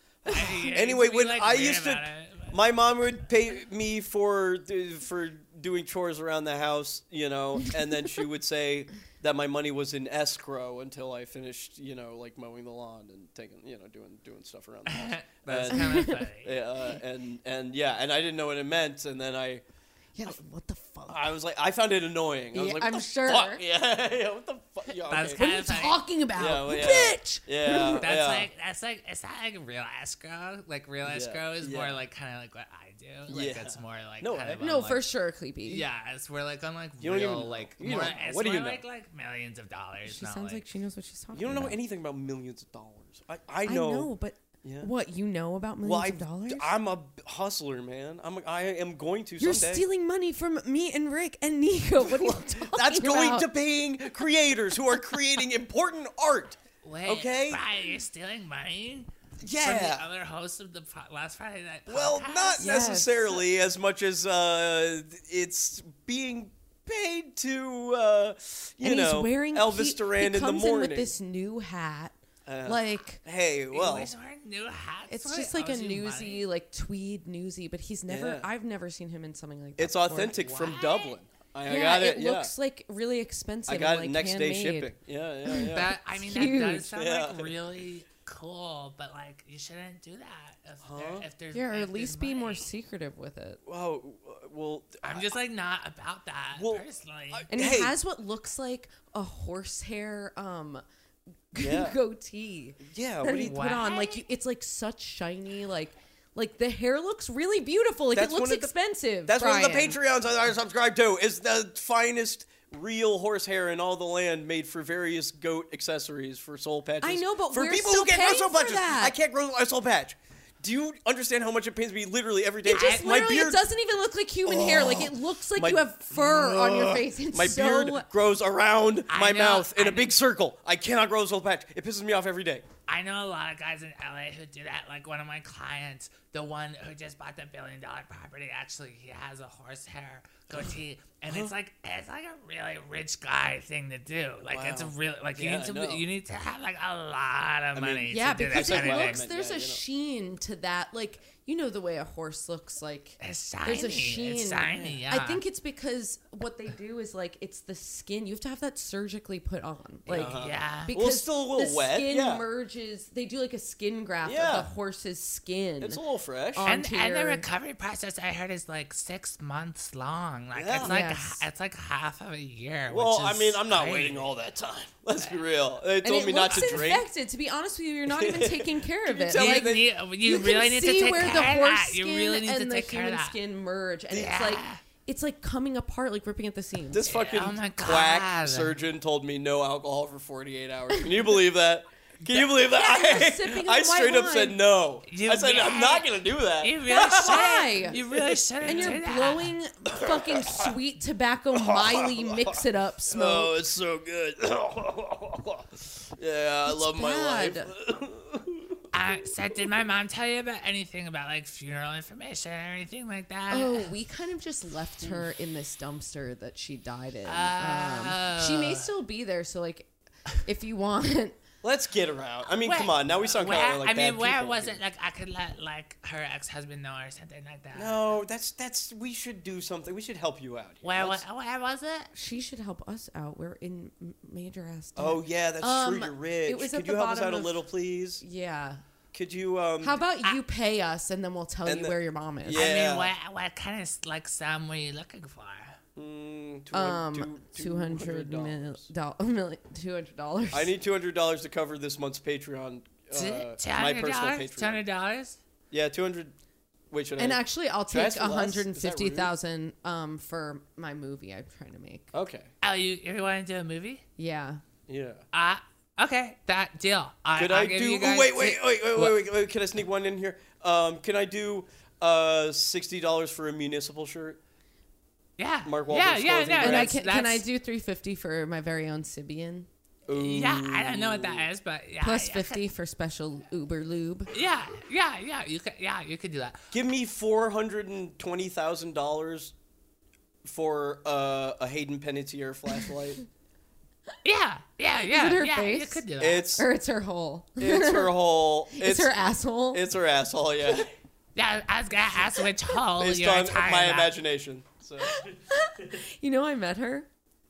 D: Anyway, when I used to-
F: It,
D: My mom would pay me for uh, for doing chores around the house, you know, and then she would say that my money was in escrow until I finished, you know, like mowing the lawn and taking, you know, doing doing stuff around the house.
F: but- that's
D: And-
F: kind of funny.
D: Yeah, uh, and and yeah, and I didn't know what it meant, and then I
C: Yeah, like, what the fuck?
D: I was like, I found it annoying. I was
C: Yeah,
D: like,
C: I'm
D: what the
C: sure.
D: Fuck? Yeah, yeah, what the fuck? Yeah,
F: That's
C: what
D: okay.
F: kind
C: are you
F: of funny.
C: talking about,
D: Yeah, well, yeah.
C: bitch?
D: yeah,
F: That's
D: yeah.
F: like that's like it's not like real escrow. Like real escrow is
D: yeah.
F: more like kind of like what I do. Like
D: Yeah.
F: it's more like
D: No,
F: kind
D: I-
F: of
C: No,
F: on,
C: for
F: like-
C: sure, Cleepy.
F: Yeah, it's we're like on like
D: You don't
F: real
D: even-
F: like
D: you
F: more.
D: don't know.
F: It's
D: What do
F: more
D: you know?
F: like like millions of dollars.
C: She
F: not
C: sounds like,
F: like
C: she knows what she's talking.
D: you don't know
C: about.
D: anything about millions of dollars. I I
C: I
D: know.
C: know, but
D: Yeah.
C: what you know about millions
D: Well, I,
C: of dollars?
D: I'm a hustler, man. I'm a, I am going to
C: You're
D: someday.
C: stealing money from me and Rick and Nico. What are you talking
D: That's going
C: about?
D: to paying creators who are creating important art.
F: Wait,
D: Okay.
F: Brian, you're stealing money from the
D: Yeah.
F: other host of the po- last Friday night.
D: Well,
F: podcast?
D: not
C: Yes.
D: necessarily as much as uh, it's being paid to uh, you
C: and
D: know
C: he's wearing
D: Elvis
C: he,
D: Duran
C: he
D: in the
C: comes
D: morning.
C: with this new hat,
D: Uh,
C: like.
D: hey, well,
F: Anyways, we're in new hats.
C: It's
F: Why
C: just like a
F: owes you
C: newsy,
F: money?
C: like tweed newsy, but he's never.
D: Yeah.
C: I've never seen him in something like that.
D: it's
C: before.
D: authentic from
F: What?
D: Dublin. I, I
C: Yeah,
D: got it. yeah,
C: looks like really expensive.
D: I got
C: and, like,
D: it next day
C: handmade.
D: shipping. Yeah, yeah, yeah.
F: That I mean, that
C: Huge.
F: does sound
D: Yeah.
F: like really cool, but like you shouldn't do that if, there, if there's
C: Yeah, or
F: if
C: at
F: there's
C: least be more
F: money.
C: secretive with it.
D: Wow. Well,
F: I'm just like not about that
D: Well,
F: personally.
D: I-
C: And
D: Hey.
C: he has what looks like a horsehair um
D: Yeah.
C: goatee
D: yeah.
C: that
D: What do
C: he
D: you,
C: put on. Like you, it's like such shiny, like like the hair looks really beautiful. Like
D: That's
C: it looks
D: one of the-
C: expensive.
D: that's one of the
C: Brian.
D: Patreons that I subscribe to. Is the finest real horsehair in all the land, made for various goat accessories for soul patches.
C: I know, but
D: for
C: we're
D: people
C: still
D: who can't grow
C: paying
D: soul
C: for
D: patches,
C: that.
D: I can't grow a soul patch. Do you understand how much it pains me literally every day?
C: It just
D: I- my
C: literally
D: beard, Oh.
C: it doesn't even look like human hair. Like it looks like
D: my- Oh.
C: you have fur on your face. It's
D: my
C: so
D: beard grows around
F: I
D: my
F: know,
D: mouth in
F: I
D: a big circle. I cannot grow a soul patch. It pisses me off every day.
F: I know a lot of guys in LA who do that. Like one of my clients, the one who just bought the billion dollar property, actually he has a horsehair goatee, and it's like it's like a really rich guy thing to do. Like it's a
D: Wow.
F: real like you
D: Yeah,
F: need
D: I
F: to
D: know.
F: you need to have like a lot of money.
C: Yeah,
F: to do
C: because
F: that
C: it
F: kind of thing.
C: looks there's
D: Yeah,
C: a
D: you know.
C: sheen to that. Like you know the way a horse looks like
F: It's shiny.
C: There's a sheen.
F: It's shiny. Yeah.
C: I think it's because what they do is like it's the skin. You have to have that surgically put on. Like
F: yeah.
C: because
D: Uh-huh. it's still a little
C: the
D: wet,
C: skin
D: yeah.
C: merges. They do like a skin graft
D: Yeah.
C: of the horse's skin.
D: It's a little fresh.
C: On-
F: and,
C: onto
F: and the
C: your-
F: recovery process I heard is like six months long. Like
D: Yeah.
F: it's like
C: Yes.
F: it's like half of a year.
D: well,
F: which
D: I
F: is
D: mean, I'm not
F: crazy.
D: waiting all that time. Let's be real. They
C: and
D: told
C: it
D: me not
C: looks
D: to drink.
C: infected. To be honest with you, you're not even taking care of it.
D: tell
F: You,
D: me
C: Like,
D: that-
F: need, you,
C: you
F: really
C: can
F: need
C: see
F: to take
C: where
F: care
C: the
F: of
C: horse
F: that.
C: skin
F: You really need to
C: and the
F: take care of
C: human
F: that.
C: skin merge, and it's like
F: Yeah.
C: it's like coming apart, like ripping at the seams.
D: This fucking
F: Oh my
D: quack
F: God.
D: surgeon told me no alcohol for 48 hours. Can you believe that? Can you believe that?
C: sipping
D: I, I
C: on white
D: straight up
C: wine.
D: said no.
F: You
D: I said I'm not
F: mad?
D: gonna do that.
F: You really
C: Why?
F: should. You really shouldn't
C: and
F: do
C: you're
F: that.
C: blowing fucking sweet tobacco Miley mix it up
D: Oh,
C: smoke.
D: it's so good. yeah, I love my
C: Bad.
D: life.
F: Uh, so did my mom tell you about anything about like funeral information or anything like that?
C: Oh, we kind of just left her in this dumpster that she died in. um,
F: Ah.
C: she may still be there, so like, if you want,
D: Let's get her out. I mean,
F: Where-
D: come on. Now we sound
F: where,
D: kind of like
F: I mean,
D: bad
F: where
D: people
F: was
D: here.
F: it? Like I could let like her ex husband know or something like that.
D: No, that's that's. We should do something. We should help you out. Here.
F: Where, where,
D: Let's-
F: where was it?
C: she should help us out. We're in m- major ass. debt.
D: Oh yeah, that's
C: Um,
D: true. You're rich.
C: it was at
D: Could you
C: the
D: help us out
C: bottom
D: a
C: of-
D: little, please?
C: yeah.
D: Could you um?
C: How about you pay us and then we'll tell
D: And
C: you
D: the-
C: where your mom is.
D: Yeah.
F: I mean, what what kind of like sum were you looking for?
D: mm, two hun-
C: Um,
D: two-
C: two hundred mil,
D: $200.
C: doll, million, two hundred dollars.
D: I need two hundred dollars to cover this month's Patreon.
F: Two
D: Uh, my
F: hundred
D: personal
F: dollars. Two
D: Patreon.
F: hundred dollars.
D: Yeah, two hundred. Wait, should
C: And
D: I?
C: actually, I'll
D: I
C: take
D: ask for
C: one
D: less? Is
C: hundred
D: that rude?
C: and fifty thousand um for my movie I'm trying to make.
D: okay.
F: Oh, you you want to do a movie?
C: Yeah,
D: Yeah.
F: Uh okay, that deal. I,
D: Could
F: I'll
D: I
F: give
D: do?
F: you
D: ooh,
F: guys
D: wait, wait,
F: two-
D: wait, wait, wait, wait, wait. Can I sneak one in here? Um, can I do uh sixty dollars for a municipal shirt?
F: Yeah,
D: Mark
F: Yeah,
D: Wahlberg's clothing
F: yeah, yeah.
D: brand.
C: and I
F: that's-
C: can can I
F: that's-
C: do three fifty for my very own Sibian
F: Yeah, I don't know what that is, but yeah,
C: plus
F: yeah.
C: fifty for special Uber lube.
F: Yeah, yeah, yeah. You could, yeah, you could do that.
D: Give me four hundred and twenty thousand dollars for uh, a Hayden Panettiere flashlight.
F: Yeah, yeah, yeah.
C: it her
F: yeah, You
C: face?
F: could do that.
D: it's
C: Or it's her hole.
D: it's her whole. It's,
C: It's, her asshole.
D: It's her asshole. Yeah,
F: yeah, I was gonna ask which hole
D: based
F: you're
D: on
F: talking
D: my
F: about.
D: imagination. So,
C: you know, I met her.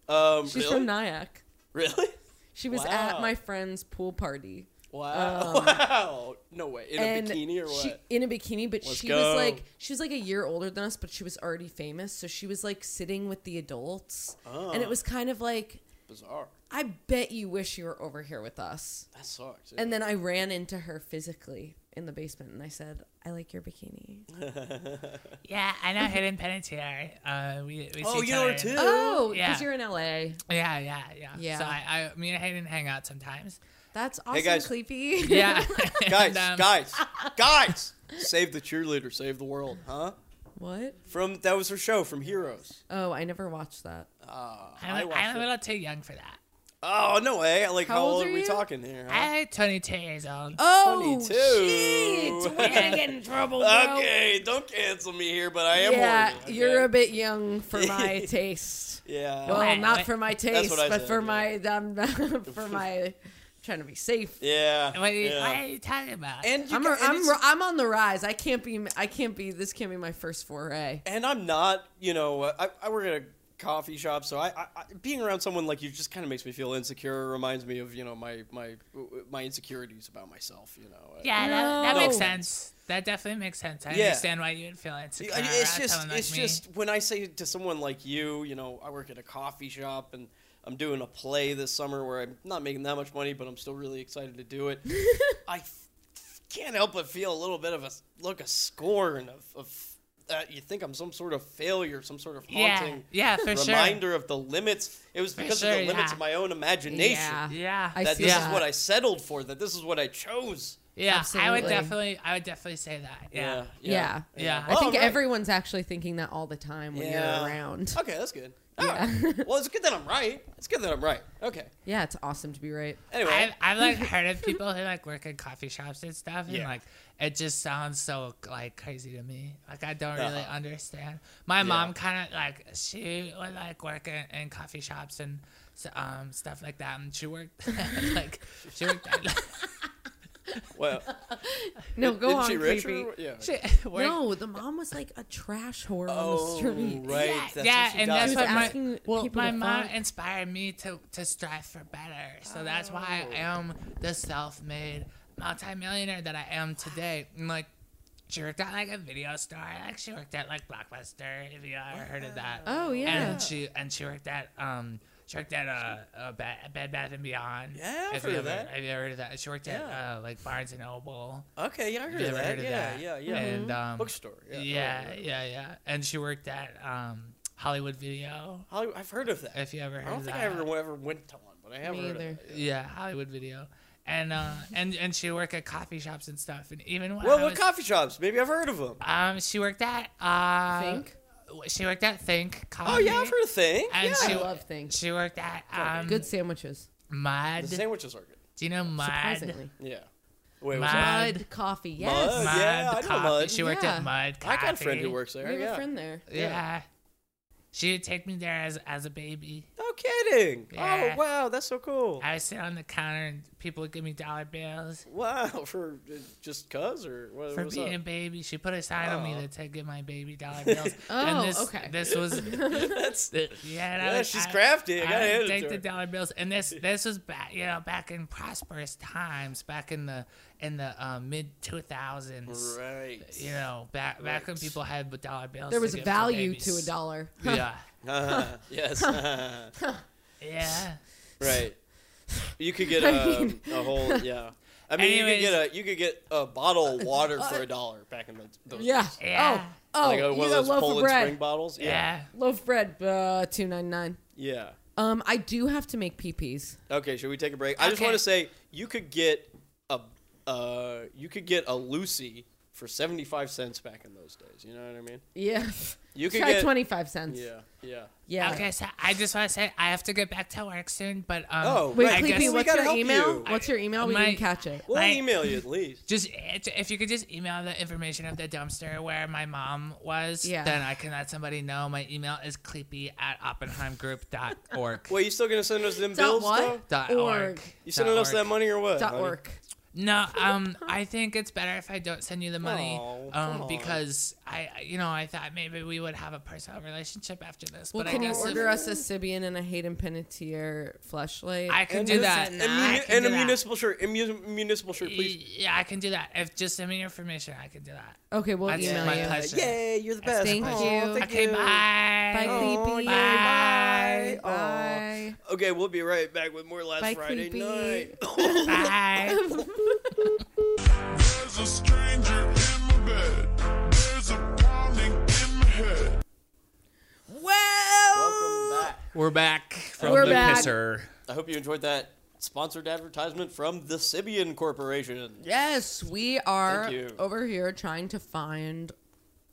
D: um,
C: She's
D: really,
C: from Nyack.
D: really.
C: She was
D: Wow.
C: at my friend's pool party.
D: Wow! wow! No way! In a
C: Um, and
D: bikini or what?
C: She, in a bikini, but
D: Let's
C: she
D: go.
C: was like she was like a year older than us, but she was already famous, so she was like sitting with the adults,
D: Oh.
C: and it was kind of like
D: Bizarre.
C: I bet you wish you were over here with us.
D: That sucks.
C: And then I ran into her physically in the basement, and I said, "I like your bikini."
F: Yeah, I know Hidden Penitentiary. Uh, we, we
D: oh,
F: see
D: you know her
F: each
D: too.
F: other.
C: Oh, because
F: Yeah.
C: you're in LA.
F: Yeah, yeah, yeah.
C: Yeah.
F: So I, I, me and Hayden hang out sometimes.
C: That's awesome,
D: guys.
C: Cleepy.
F: Yeah.
D: guys,
F: And, um,
D: guys, guys! Save the cheerleader, save the world, huh?
C: what?
D: From that was her show from Heroes. Ah,
C: Oh, I never watched that.
D: I
F: I'm,
D: watched
F: I'm
D: it.
F: a little too young for that.
D: Oh no way! Like how,
C: How old
D: old
C: are
D: are we
C: you?
D: talking here? Huh?
F: I'm 22 years old.
C: Oh,
D: 22.
C: shit! We're gonna get in trouble, bro.
D: okay, don't cancel me here, but I am
C: Yeah,
D: horny. okay?
C: you're a bit young for my taste.
D: yeah.
C: Well,
F: Wait,
C: not
F: wait.
C: for my taste,
D: what I
C: but
D: said,
C: for
D: yeah.
C: my um, for my trying to be safe.
D: yeah.
F: What, are you,
D: yeah.
F: what are you talking about?
D: And you
C: I'm,
D: ca-
C: a,
D: and
C: I'm,
D: it's-
C: I'm on the rise. I can't be. I can't be. This can't be my first foray.
D: and I'm not, you know, uh, I, I work at a coffee shop, so I, I, I being around someone like you just kind of makes me feel insecure. Reminds me of you know my my my insecurities about myself. You know.
F: yeah, that, that makes
D: No.
F: sense. That definitely makes sense. I
D: Yeah.
F: understand why you would feel insecure.
D: I mean, it's
F: around
D: just
F: someone like
D: it's
F: me.
D: just when I say to someone like you, you know, I work at a coffee shop and I'm doing a play this summer where I'm not making that much money, but I'm still really excited to do it. I f- can't help but feel a little bit of a look of scorn of. of uh, you think I'm some sort of failure, some sort of
F: yeah,
D: haunting
F: yeah, for
D: reminder of the limits. It was because of
F: sure,
D: the limits
F: yeah.
D: of my own imagination
C: Yeah.
F: sure. Yeah.
C: I
D: that
C: see
D: this
C: that.
D: is what I settled for, that this is what I chose.
F: Yeah, I would
C: Absolutely.
F: definitely, I would definitely say that. Yeah,
C: Yeah.
F: yeah.
C: I
D: Oh,
C: think
D: right.
C: everyone's actually thinking that all the time when
D: Yeah.
C: you're around.
D: Okay, that's good. All right. well, it's good that I'm right. It's good that I'm right. Okay.
C: Yeah, it's awesome to be right.
D: Anyway,
F: I've, I've like heard of people who like work in coffee shops and stuff, and
D: Yeah.
F: like it just sounds so like crazy to me. Like I don't really
D: Uh-huh.
F: understand. My mom kind of like she would like work in, in coffee shops and s- um stuff like that, and she worked like she worked at,
D: well,
C: No, go
D: isn't
C: on,
D: she rich?
C: creepy.
D: Or, yeah.
F: she worked.
C: No, the mom was like a trash whore on
D: oh,
C: the street.
D: right.
F: Yeah,
D: That's what
F: yeah,
D: she
F: and
D: does.
F: that's
C: She
F: what
C: was
F: my
C: asking
F: well,
C: people
F: my
C: to
F: mom
C: fuck.
F: inspired me to to strive for better. So that's why
D: Oh.
F: I am the self-made multimillionaire that I am today. And like, she worked at like a video store, like she worked at like Blockbuster, if you ever heard of that.
C: Oh yeah.
F: And she and she worked at um she worked at a, a, Bed, Bed Bath and Beyond.
D: Yeah, I've
F: if
D: heard
F: you
D: of
F: ever
D: that.
F: have you ever heard of that? She worked
D: Yeah.
F: at uh, like Barnes and Noble.
D: Okay, yeah, I heard
F: You
D: of
F: ever
D: that.
F: heard of
D: yeah,
F: that?
D: yeah, yeah,
F: And um,
D: Bookstore. Yeah.
F: yeah,
D: right,
F: yeah,
D: right.
F: yeah, And she worked at um, Hollywood Video.
D: Hollywood- I've heard of that.
F: If you
D: I
F: ever heard
D: don't
F: of
D: think
F: that.
D: I ever, ever went to one, but I have
C: Me
D: heard
C: either.
D: of that.
F: Yeah, Hollywood Video. and uh, and and she worked at coffee shops and stuff. And even when
D: Well,
F: I
D: what
F: was,
D: coffee shops? Maybe I've heard of them.
F: um, she worked at uh,
C: Think?
F: She worked at Think Coffee.
D: Oh yeah, I've heard of Thing.
F: And
D: yeah.
F: she
C: I love things.
F: she worked at um,
C: Good sandwiches.
F: Mud.
D: The sandwiches are good.
F: Do you know Mud?
C: Surprisingly.
D: Yeah. Wait, what's that?
F: Mud.
C: Mud coffee. Yes.
D: Mud.
F: Mud
D: Oh, Yeah, I know
F: coffee.
D: Mud.
F: She worked
C: Yeah.
F: at Mud.
D: I
F: Coffee.
D: got a friend who works
C: We
D: there.
C: have
D: yeah.
C: a friend there.
F: Yeah. She would take me there as as a baby.
D: No kidding.
F: Yeah.
D: Oh wow, that's so cool.
F: I would sit on the counter and people would give me dollar bills.
D: Wow, for uh, just cuz or what,
F: For
D: what's
F: being a
D: up?
F: baby, she put a sign on me
D: Oh.
F: that said, "Give my baby dollar bills."
C: Oh,
F: and this,
C: okay.
F: This was
D: That's
F: yeah. And I
D: yeah,
F: would-
D: she's
F: I-
D: crafty. I gotta
F: I
D: hand
F: would
D: it
F: take
D: to
F: the
D: her.
F: dollar bills, and this this was back, you know, back in prosperous times, back in the in the uh, mid two thousands.
D: Right.
F: You know, back back when
D: Right.
F: people had dollar bills.
C: There
F: to
C: was
F: give
C: value
F: babies.
C: to a dollar.
F: Yeah,
D: Uh-huh. yes. uh-huh.
F: yeah.
D: right. You could get
C: I
D: a,
C: mean-
D: a whole yeah. I mean,
F: Anyways.
D: you could get a you could get a bottle of water for a dollar back in the, those
C: Yeah.
D: days.
F: Yeah.
C: Oh, oh,
D: like a,
C: you
D: one
C: got
D: of
C: a
D: those
C: loaf
D: Poland
C: of bread.
D: Spring bottles.
F: Yeah.
C: Loaf of bread, uh, two ninety nine.
D: Yeah.
C: Um, I do have to make peepees.
D: Okay, should we take a break? I just
F: Okay.
D: want to say you could get a uh, you could get a Lucy for seventy five cents back in those days. You know what I mean?
C: Yeah.
D: You could
C: Try
D: get
C: twenty five cents.
D: yeah yeah.
C: Yeah.
F: Okay, so I just want to say I have to get back to work soon, but um,
D: Oh,
C: Wait,
D: right.
F: I guess-
C: Cleepy,
F: We
C: what's
D: gotta
C: your
D: help
C: email?
D: you.
C: What's your email? We
F: My-
C: didn't catch it.
D: We'll
F: Like-
D: email you at least.
F: just if if you could just email the information of the dumpster where my mom was,
C: Yeah.
F: then I can let somebody know. My email is cleepy at oppenheimgroup.org.
D: Wait, you still gonna send us them
C: Dot
D: bills
C: what?
D: though?
F: Dot
C: Org.
F: org.
D: You
F: Dot
D: sending us
F: org.
D: that money or what?
C: Dot
D: honey?
C: org.
F: No, um, I think it's better if I don't send you the money,
D: Oh, come
F: um,
D: on.
F: because I, I- you know, I thought maybe we would have a personal relationship after this.
C: Well,
F: but
C: can
F: I
C: you
F: guess if-
C: order us a Sibian and a Hayden Panettiere fleshlight?
F: I can
D: And
F: do
D: a-
F: that.
D: And,
F: I
D: muni-
F: can
D: and
F: do
D: a
F: that.
D: municipal shirt. A mu- municipal shirt,
C: E
D: please.
F: Yeah, I can do that. If just send me your information, I can do that.
C: okay, we'll
F: That's
C: email
F: my
C: you.
F: pleasure.
D: Yay, you're the best.
C: Thank
D: Aw,
C: you.
D: thank
F: Okay,
D: you.
C: Bye,
F: Oh, bye.
C: Cleepy.
D: yay, bye.
C: Bye.
D: Okay, we'll be right back with more last
C: Bye,
D: Friday
C: creepy.
D: night.
F: Bye.
G: There's a stranger in my bed. There's a pounding in my head.
C: Oh. Well,
D: Welcome back.
A: We're back from
C: We're
A: the
C: back.
A: pisser.
D: I hope you enjoyed that sponsored advertisement from the Sibian Corporation.
C: yes, we are
D: Thank you.
C: over here trying to find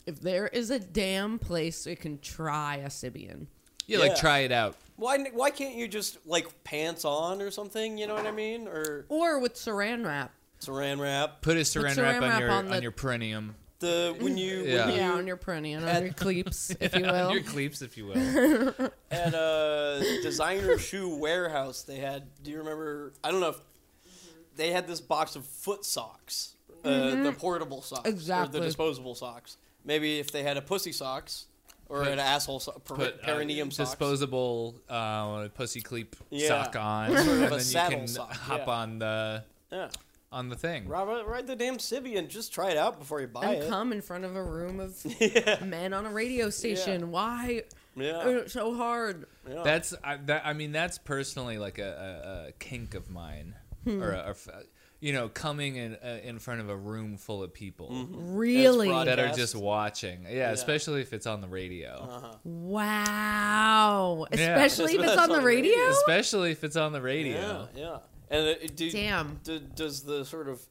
C: if there is a damn place we can try a Sibian.
A: Yeah, like
D: Yeah.
A: try it out.
D: Why why can't you just like pants on or something, you know what I mean? Or
C: Or with saran wrap.
D: saran wrap.
A: Put a saran
C: saran
A: wrap on
C: wrap
A: your
C: on
A: on,
C: the-
A: your perineum,
D: The when you
A: Yeah.
D: when you
C: Yeah, on your perineum, on your cleeps, if you will.
A: on your cleats, if you will.
D: at a designer shoe warehouse they had do you remember I don't know if they had this box of foot socks. Uh, the portable socks. Or
C: Mm-hmm. Exactly.
D: the disposable socks. Maybe if they had a pussy socks or an asshole so- per-
A: Put uh,
D: perineum socks.
A: disposable uh, pussy cleep
D: Yeah.
A: sock on,
D: Sort of a
A: and then you
D: saddle
A: can
D: sock,
A: hop
D: yeah.
A: on the
D: yeah.
A: on the thing.
D: Robert, ride the damn Sibian. Just try it out before you buy
C: and
D: it.
C: come in front of a room of men on a radio station. Why
D: Yeah.
C: is it so hard?
D: Yeah.
A: That's I, that. I mean, that's personally like a, a, a kink of mine, or a, a f- you know, coming in uh, in front of a room full of people
D: Mm-hmm.
C: Really?
D: broad-
A: that are
D: Podcast.
A: just watching. Yeah, especially if it's on the radio.
D: Uh-huh.
C: Wow. Especially if it's on the radio?
A: Especially if it's on the radio.
D: Yeah, yeah. And uh, it, it- do,
C: Damn.
D: d- does the sort of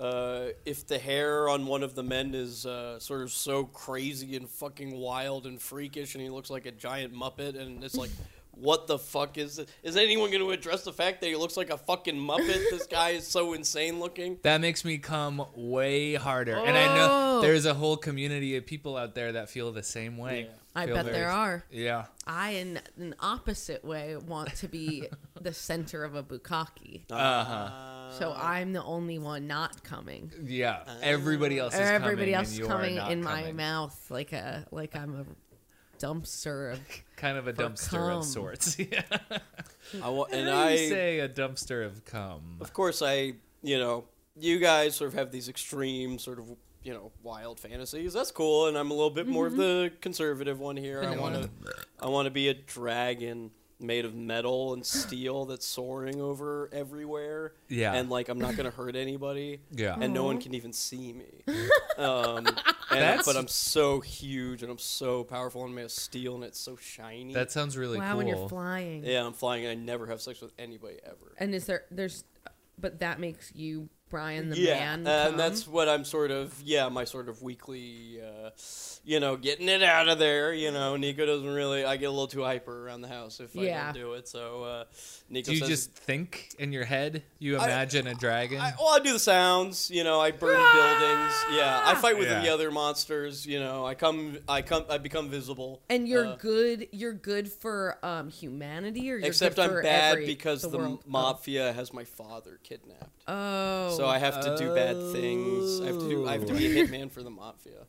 D: uh, if the hair on one of the men is uh, sort of so crazy and fucking wild and freakish, and he looks like a giant muppet, and it's like, what the fuck is this? Is anyone going to address the fact that he looks like a fucking muppet? this guy is so insane looking.
A: That makes me come way harder. And I know
C: Oh.
A: there's a whole community of people out there that feel the same way.
D: Yeah.
C: I
A: Feel
C: bet
A: very-
C: there are.
A: Yeah.
C: I, in an opposite way, want to be the center of a bukkake.
A: Uh huh.
D: Uh-huh.
C: so I'm the only one not coming.
A: Yeah.
D: Uh,
A: Everybody else is
C: Everybody
A: coming.
C: else
A: and
C: is
A: you are
C: coming
A: not
C: in my
A: coming.
C: mouth like a like I'm a dumpster of
A: Kind of a dumpster
C: cum.
A: of sorts. Yeah.
D: I wa- and
A: How do
D: I
A: you say a dumpster of cum.
D: of course i you know you guys sort of have these extreme sort of you know wild fantasies that's cool and i'm a little bit more
A: Mm-hmm.
D: of the conservative one here i want to i want to be a dragon made of metal and steel that's soaring over everywhere
A: Yeah.
D: and like i'm not gonna hurt anybody
A: Yeah.
D: and no one can even see me um and-
A: That's-
D: but i'm so huge and i'm so powerful and made of steel and it's so shiny
A: That sounds really
C: wow
A: cool.
C: when you're flying.
D: yeah i'm flying and i never have sex with anybody ever
C: And is there there's but that makes you Brian the
D: yeah,
C: man. come.
D: and that's what I'm sort of yeah, my sort of weekly, uh, you know, getting it out of there. You know, Nico doesn't really. I get a little too hyper around the house if
C: Yeah.
D: I don't do it. So uh, Nico
A: Do you
D: says,
A: just think in your head? You imagine a dragon?
D: I, well, I do the sounds, you know. I burn
C: Ah!
D: buildings. Yeah, I fight with
A: Yeah.
D: the other monsters. You know, I come, I come, I become visible.
C: and you're
D: uh,
C: good. You're good for um, humanity, or you're
D: Except
C: good
D: I'm
C: for
D: bad
C: every-
D: because the,
C: world.
D: mafia has my father kidnapped.
C: Oh,
D: so I have to do bad things. I have to, do, I have to be a hitman for the mafia,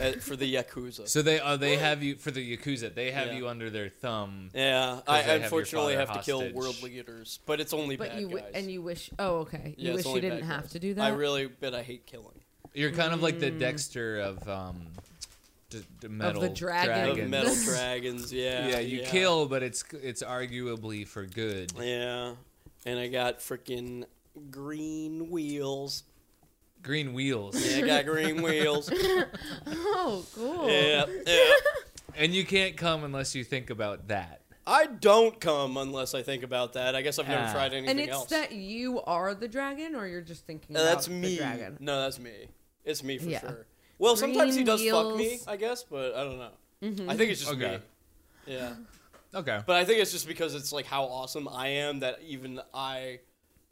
D: uh, for the yakuza.
A: Oh. so they uh, they have you for the yakuza. They have
D: Yeah.
A: you under their thumb.
D: yeah,
A: they
D: I
A: have your
D: unfortunately
A: father
D: have to kill
A: hostage.
D: world leaders, but it's only
C: but
D: bad
C: you w-
D: guys.
C: and you wish. Oh, okay.
D: Yeah,
C: you
D: it's
C: wish you
D: only bad
C: didn't have
D: guys.
C: to do that.
D: I really, but I hate killing.
A: You're kind of like the Dexter of um, d- d- metal
C: dragon.
D: Of
C: Dragons.
D: metal dragons, yeah.
A: yeah, you kill, but it's it's arguably for good.
D: Yeah, and I got freaking green wheels.
A: Green wheels,
D: Yeah, I got green wheels.
C: oh, cool.
D: Yeah, yeah.
A: and you can't come unless you think about that.
D: I don't come unless I think about that. I guess I've never
A: Yeah.
D: tried anything
C: And it's
D: else.
C: that you are the dragon, or you're just thinking
D: Uh, that's
C: about
D: me.
C: the dragon.
D: No, that's me. It's me for
C: Yeah.
D: sure. Well, sometimes he
C: Green
D: does fuck me,
C: wheels. Mm-hmm.
D: I guess, but I don't know. I think it's just
A: Okay.
D: me. Yeah,
A: Okay,
D: but I think it's just because it's like how awesome I am that even I,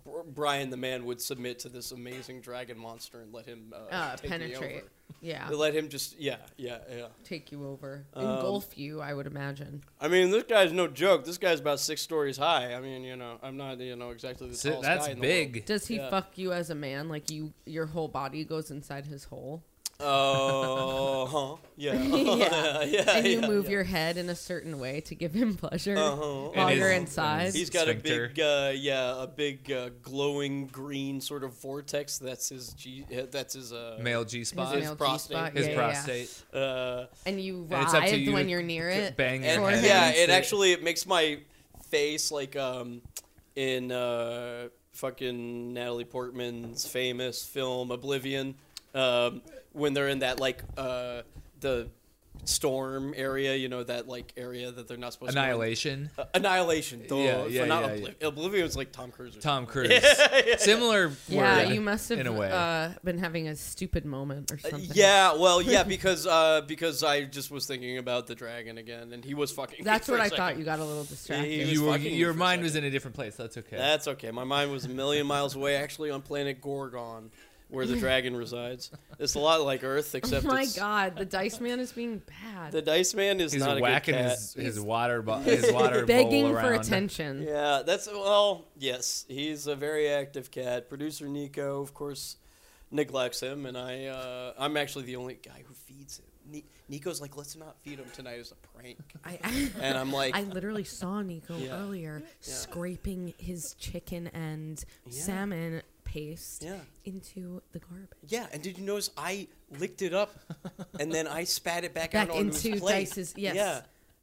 D: Br- Brian the man, would submit to this amazing dragon monster and let him uh,
C: Uh,
D: take Me
C: penetrate.
D: over.
C: Yeah,
D: They Let him just yeah yeah yeah.
C: take you over,
D: um,
C: engulf you. I would imagine.
D: I mean, this guy's no joke. This guy's about six stories high. I mean, you know, I'm not you know exactly the
A: So
D: tallest
A: that's
D: guy in the world.
A: big.
C: Does he
D: Yeah.
C: fuck you as a man? Like you, your whole body goes inside his hole,
D: Oh, huh? Yeah.
C: Yeah.
D: yeah.
C: and you
D: yeah,
C: move
D: yeah.
C: your head in a certain way to give him pleasure
D: Uh-huh.
C: while
A: And
C: you're
A: his-
C: inside.
A: and his-
D: He's got
A: sphincter.
D: a big, uh, yeah, a big uh, glowing green sort of vortex. That's his, G- uh, that's his, uh,
A: Male G spot,
C: male
A: his,
D: his prostate.
C: G-spot,
D: His
C: yeah, yeah, yeah.
A: prostate.
D: Uh,
C: And you
A: And it's up
C: writhe
A: to you
C: when
A: to
C: you're near
A: c-
C: it.
A: bang your
D: and
C: forehead.
D: yeah,
A: against
D: it
A: it.
D: actually it makes my face like um, in uh, fucking Natalie Portman's famous film Oblivion, um, when they're in that like uh, the storm area, you know, that like area that they're not supposed to. go in.
A: Annihilation.
D: Uh, Annihilation. Though,
A: Yeah, yeah,
D: for not
A: yeah,
D: Obliv- Oblivion's like Tom Cruise. or
A: Tom Cruise. Similar.
C: Yeah,
A: word,
C: you must have
A: in a way.
C: Uh, been having a stupid moment or
D: Uh,
C: something.
D: Yeah, well, yeah, because uh, because I just was thinking about the dragon again, and he was fucking. me
C: That's
D: for
C: what
D: a
C: I
D: second.
C: thought. You got a little distracted.
D: he was
A: you were,
D: fucking
A: your
D: for a
A: mind
D: second.
A: was in a different place. That's okay.
D: That's okay. My mind was a million miles away, actually, on planet Gorgon, where the dragon resides. It's a lot like Earth,
C: oh
D: except
C: my
D: it's,
C: god, the dice man is being bad.
D: the Dice Man is
A: He's
D: not a good
A: whacking
D: cat.
A: his, his water bo- his water
C: begging
A: bowl
C: for
A: around.
C: attention.
D: Yeah, that's well, yes, he's a very active cat. Producer Nico, of course, neglects him, and I, uh, I'm actually the only guy who feeds him. Ni- Nico's like, let's not feed him tonight as a prank,
C: I, I,
D: and I'm like,
C: I literally saw Nico
D: Yeah.
C: earlier scraping his chicken and salmon paste
D: Yeah.
C: into the garbage.
D: yeah. And did you notice I licked it up, and then I spat it back,
C: Back
D: out onto
C: into
D: his plate.
C: Dice's- yes.
D: Yeah.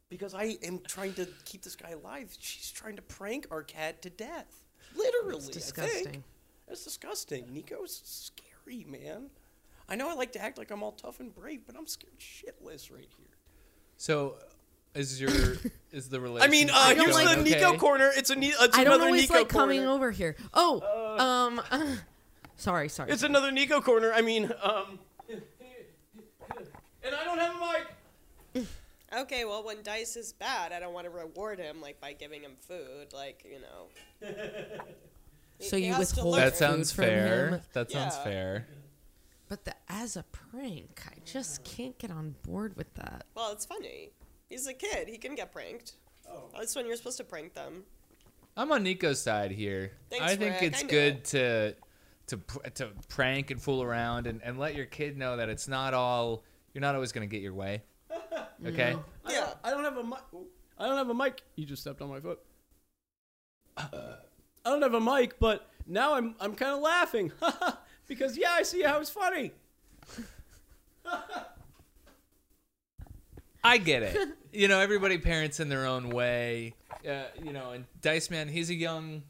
D: Because I am trying to keep this guy alive. She's trying to prank our cat to death. Literally,
C: It's
D: I think.
C: disgusting.
D: That's disgusting. Nico's scary, man. I know I like to act like I'm all tough and brave, but I'm scared shitless right here.
A: So, is your is the
D: I
A: relationship?
D: mean, uh,
C: don't
D: here's
C: like-
D: the
A: going
D: Nico
A: okay?
D: corner. It's a Ni- it's
C: I don't
D: another
C: always
D: Nico
C: like
D: corner. Uh.
C: coming over here. Oh, um, sorry, sorry.
D: It's another Nico corner. I mean, um, and I don't have a mic.
E: Okay, well, when Dice is bad, I don't want to reward him like by giving him food, like you know. He-
C: so
E: he
C: you
E: has to
C: withhold
E: learn.
A: that
C: food
A: sounds
C: from
A: fair.
C: him.
A: That sounds
E: Yeah.
A: fair.
C: But the, as a prank, I just can't get on board with that.
E: Well, it's funny. He's a kid. He can get pranked.
D: Oh.
E: That's when you're supposed to prank them.
A: I'm on Nico's side here.
E: Thanks,
A: I think
E: Rick.
A: it's
E: I knew
A: good
E: it.
A: to to pr- to prank and fool around and, and let your kid know that it's not all you're not always going to get your way. Okay?
E: Yeah.
D: I don't have a mic. I don't have a mic. You just stepped on my foot.
C: Uh.
D: I don't have a mic, but now I'm I'm kind of laughing because yeah, I see how it's funny.
A: I get it. you know, everybody parents in their own way. Uh, you know, and Dice Man, he's a young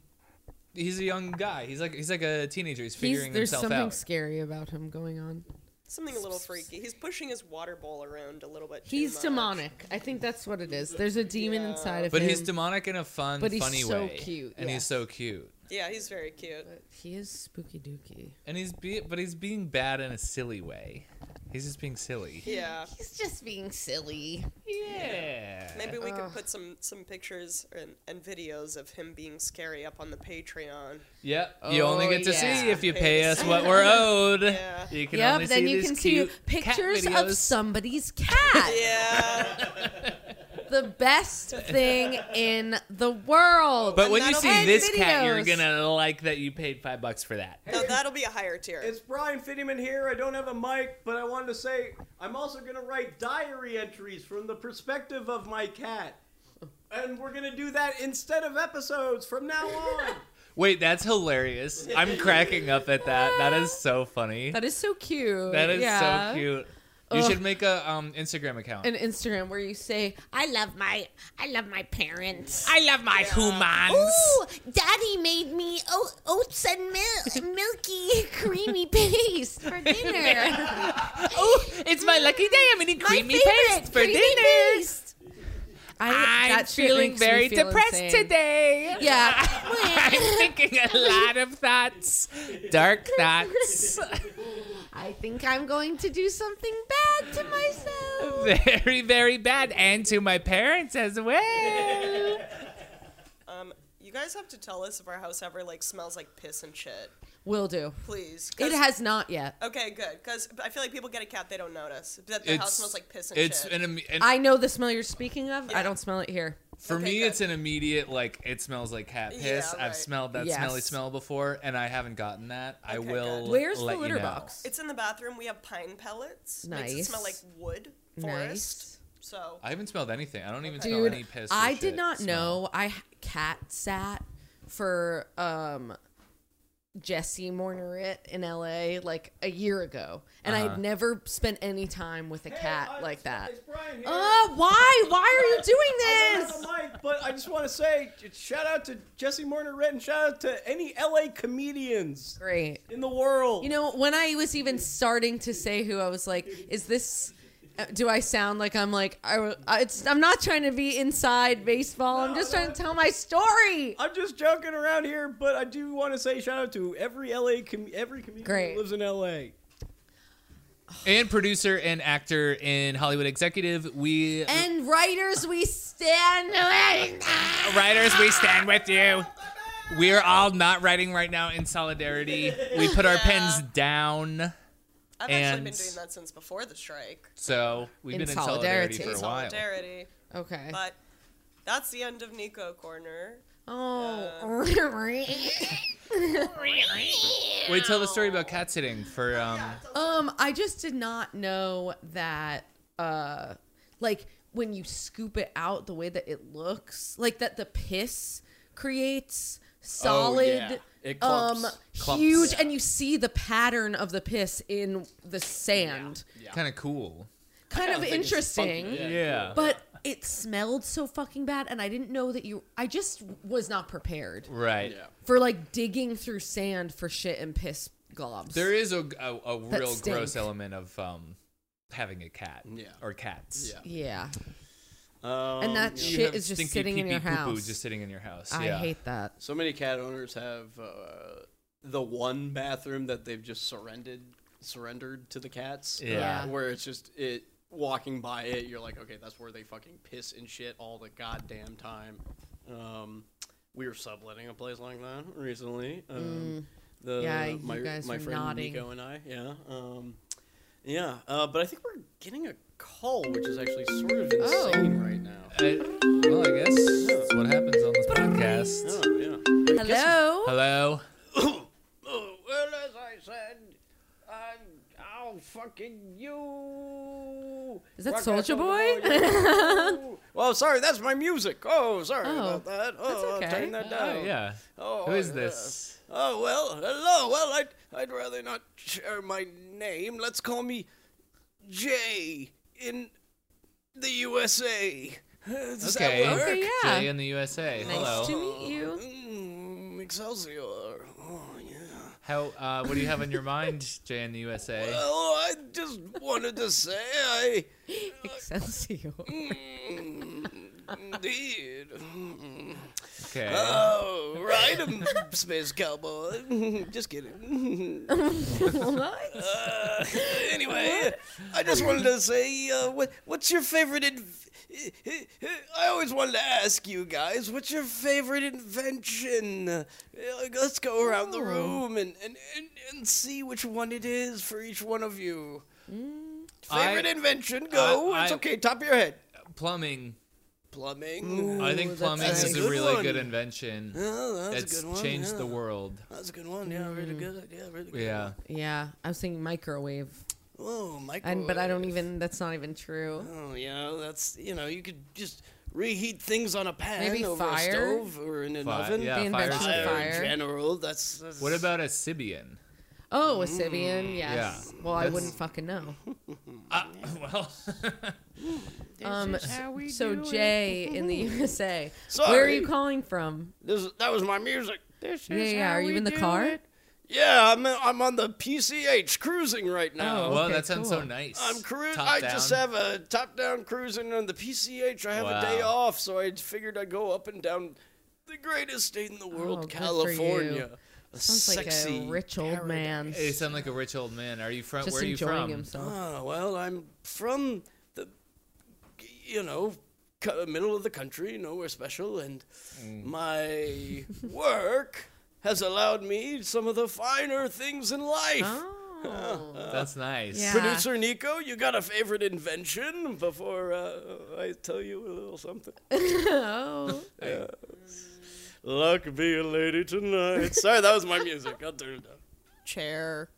A: he's a young guy. He's like he's like a teenager. He's
C: He's-
A: figuring
C: there's
A: himself
C: something
A: out.
C: scary about him going on.
E: Something a little freaky. He's pushing his water bowl around a little bit. too
C: He's
E: much.
C: demonic. I think that's what it is. There's a demon inside of
A: But
C: him.
A: he's demonic in a fun,
C: But he's
A: funny
C: so
A: way.
C: cute,
A: And he's
C: yes.
A: so cute.
E: Yeah, he's very cute.
C: But he is spooky dookie.
A: And he's be- but he's being bad in a silly way. He's just being silly.
E: Yeah.
C: He's just being silly.
A: Yeah.
E: Maybe we
C: Ugh.
E: could put some some pictures and, and videos of him being scary up on the Patreon.
A: Yep. you only
C: Oh,
A: get to
C: yeah.
A: see if you
E: Pay
A: pay
E: us.
A: us what we're owed.
E: Yeah.
A: You can only
C: yep, then
A: see
C: you
A: these
C: can see
A: cute cat
C: pictures
A: videos.
C: of somebody's cat.
E: Yeah.
C: The best thing in the world.
A: But when you
E: that'll
A: see
C: be-
A: this
C: And
A: cat, you're
C: videos.
A: gonna like that you paid five bucks for that.
E: no, that'll be a higher tier.
D: It's Brian Fittiman here. I don't have a mic, but I wanted to say I'm also going to write diary entries from the perspective of my cat. And we're going to do that instead of episodes from now on.
A: Wait, that's hilarious. I'm cracking up at that. That is so funny.
C: that is so cute.
A: That is
C: Yeah.
A: so cute. You
C: Ugh.
A: should make a um, Instagram account.
C: An Instagram where you say, "I love my, I love my parents."
F: I love my humans.
C: Ooh, Daddy made me o- oats and mil- milky creamy paste for dinner.
F: Oh, it's my lucky day. I'm eating creamy paste for dinner. I'm feeling very depressed today. I'm
C: Yeah.
F: thinking a lot of thoughts, dark thoughts,
C: I think I'm going to do something bad to myself.
F: very, very bad, and to my parents as well.
E: Um, you guys have to tell us if our house ever like smells like piss and shit,
C: Will do.
E: please. 'Cause-
C: It has not yet.
E: Okay, good. Because I feel like people get a cat, they don't notice that the house smells like piss and
A: it's
E: shit.
A: an, im- an-
C: I know the smell you're speaking of.
E: Yeah.
C: I don't smell it here.
A: for
E: okay,
A: me
E: good.
A: it's an immediate like it smells like cat piss.
E: Yeah, right.
A: I've smelled that
C: Yes.
A: smelly smell before and I haven't gotten that. I
E: Okay,
A: will.
E: good.
C: Where's
A: let
C: the
A: you
C: litter
A: know.
C: box?
E: It's in the bathroom. We have pine pellets. Makes it
C: Nice.
E: smell like wood forest. So
A: I haven't smelled anything. I don't even smell any
C: Dude,
A: piss. or
C: I
A: shit
C: did not
A: smell.
C: know I h- cat sat for um Jesse Morneret in LA like a year ago, and I
A: Uh-huh.
C: had never spent any time with a cat
D: Hey, uh,
C: like that.
D: It's Brian here.
C: Oh, why? Why are you
D: I
C: doing
D: don't
C: this?
D: have a mic, but I just want to say shout out to Jesse Morneret and shout out to any LA comedians
C: Great.
D: in the world.
C: You know, when I was even starting to say who I was like, is this? uh, Do I sound like I'm like I, I- it's, I'm not trying to be inside baseball. I'm just trying to tell my story.
D: I'm just joking around here, but I do want to say shout out to every LA com- every comedian
C: Great.
D: who lives in LA.
A: And producer and actor and Hollywood executive, we
C: And writers, we stand.
A: writers, we stand with you. We are all not writing right now in solidarity. We put our pens down,
E: I've actually been
A: and-
E: doing that since before the strike.
A: so we've
C: In
A: been in solidarity,
C: solidarity.
A: for a while.
E: Solidarity.
C: Okay.
E: But that's the end of Nico Corner.
C: Oh.
A: Wait, tell the story about cat sitting for um.
C: um, I just did not know that uh like when you scoop it out the way that it looks, like that the piss creates solid
D: yeah. Oh, It clumps.
C: um
A: Clumps.
C: huge and you see the pattern of the piss in the sand.
A: Kind of cool.
C: Kind of
D: think it's funky,
C: interesting.
D: yeah.
C: But it smelled so fucking bad and I didn't know that you I just was not prepared.
A: Right.
D: Yeah.
C: for like digging through sand for shit and piss globs.
A: There is a a, a
C: That
A: real
C: stink.
A: gross element of um having a cat.
D: Yeah.
A: Or cats.
D: Yeah.
C: yeah,
D: Um,
C: and that
A: You
C: shit
A: have
C: is just
A: stinky
C: sitting in your
A: pee-pee poo-poo
C: house.
A: Just sitting in your house.
C: I
A: yeah.
C: hate that.
D: so many cat owners have uh, the one bathroom that they've just surrendered surrendered to the cats. uh,
A: Yeah.
D: where it's just it walking by it, you're like, okay, that's where they fucking piss and shit all the goddamn time. Um, we were subletting a place like that recently. Um, The
C: Mm. Yeah, you
D: my,
C: guys
D: my
C: were
D: friend
C: nodding.
D: Nico and I, yeah. Um, yeah, uh, but I think we're getting a call, which is actually sort of
C: Oh.
D: insane right now.
A: I- well, I guess that's what happens on this podcast.
D: Oh, yeah.
C: Hello.
A: Hello.
D: Oh, well, as I said, I'm, I'll fucking you.
C: Is that
D: Rock
C: Soulja
D: Boy? well, Oh, sorry, that's my music. Oh, sorry
C: Oh,
D: about that. Oh,
C: that's
D: I'll turn
C: okay.
D: that
A: Oh,
D: down.
A: yeah.
D: Oh,
A: Who is
D: yeah.
A: this?
D: Oh, well, hello. Well, I'd, I'd rather not share my name. Let's call me Jay in the USA. Does
A: Okay.
D: that work?
C: Okay, yeah.
A: Jay in the USA.
C: Nice
A: Hello.
C: to meet you.
D: Mm, Excelsior. Oh, yeah.
A: How? Uh, what do you have on your mind, Jay in the USA?
D: Oh, I just wanted to say I
C: Excelsior.
D: mm, indeed. mm,
A: Okay.
D: Oh, ride him, space cowboy. Just kidding.
C: What?
D: Uh, anyway, I just wanted to say, uh, what, what's your favorite? Inv- I always wanted to ask you guys, what's your favorite invention? Uh, let's go around the room and, and, and, and see which one it is for each one of you. Favorite
A: I-
D: invention? Go.
A: I-
D: it's
A: I-
D: okay. Top of your head.
A: plumbing.
D: Plumbing.
A: I think
C: that's
A: plumbing
D: a
A: is a
D: good
A: really
D: one.
A: good invention.
D: Oh, that's,
A: That's
D: a good one.
A: changed
D: yeah.
A: the world.
D: That's a good one. Yeah, really good idea. Really good.
A: Yeah.
C: Mm-hmm. yeah, I was saying microwave,
D: Whoa, Michael. eh,
C: and but I don't even. That's not even true.
D: Oh, you know, that's you know, you could just reheat things on a pan
C: Maybe
D: over
C: fire?
D: a stove or in an
A: Fi-
D: oven.
A: yeah,
C: The
A: fire
C: invention of
A: escape.
D: Fire in
C: Fire.
D: general. That's, that's
A: What about a Sibian?
C: Oh, a Sibian. Yes.
A: Mm, Yeah.
C: Well, I
A: That's-
C: wouldn't fucking know.
A: Uh, well,
C: Um. So Jay in the USA.
D: Sorry.
C: Where are you calling from?
D: this? That was my music.
C: Yeah, yeah. Are you in the car?
D: Yeah, I'm I'm on the PCH cruising right now.
C: Oh,
A: well,
C: okay,
A: that sounds so
C: cool.
A: nice.
D: I'm cruising.
A: Top
D: I just
A: down.
D: have a top down cruising on the PCH. I have a day
A: Wow.
D: off, so I figured I'd go up and down the greatest state in the world,
C: Oh, good for
D: California.
C: you.
D: A
C: Sounds like
D: sexy
C: a rich old man.
A: You sound like a rich old man. Are you from?
C: Just
A: where are you
C: enjoying
A: from?
C: himself.
D: Ah, well, I'm from the, you know, co- middle of the country, nowhere special, and my work has allowed me some of the finer things in life.
C: Oh.
A: That's nice.
C: Yeah.
D: Producer Nico, you got a favorite invention before uh, I tell you a little something?
C: oh.
D: Luck be a lady tonight. Sorry, that was my music. I'll turn it down.
C: Chair.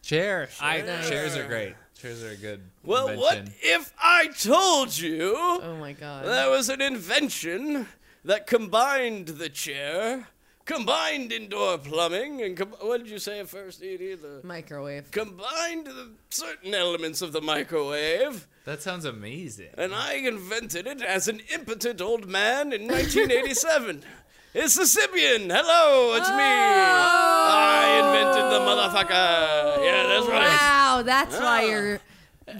A: Chair. I,
C: Nice.
A: Chairs are great. Chairs are a good.
D: Well, what
A: invention.
D: if I told you?
C: Oh my god.
D: That was an invention that combined the chair, combined indoor plumbing, and com- what did you say at first, Edie? The
C: Microwave.
D: combined the certain elements of the microwave,
A: That sounds amazing.
D: and I invented it as an impotent old man in 1987. It's the Sibian. Hello, it's me.
C: Oh!
D: I invented the motherfucker. Yeah, that's right.
C: Wow, that's why you're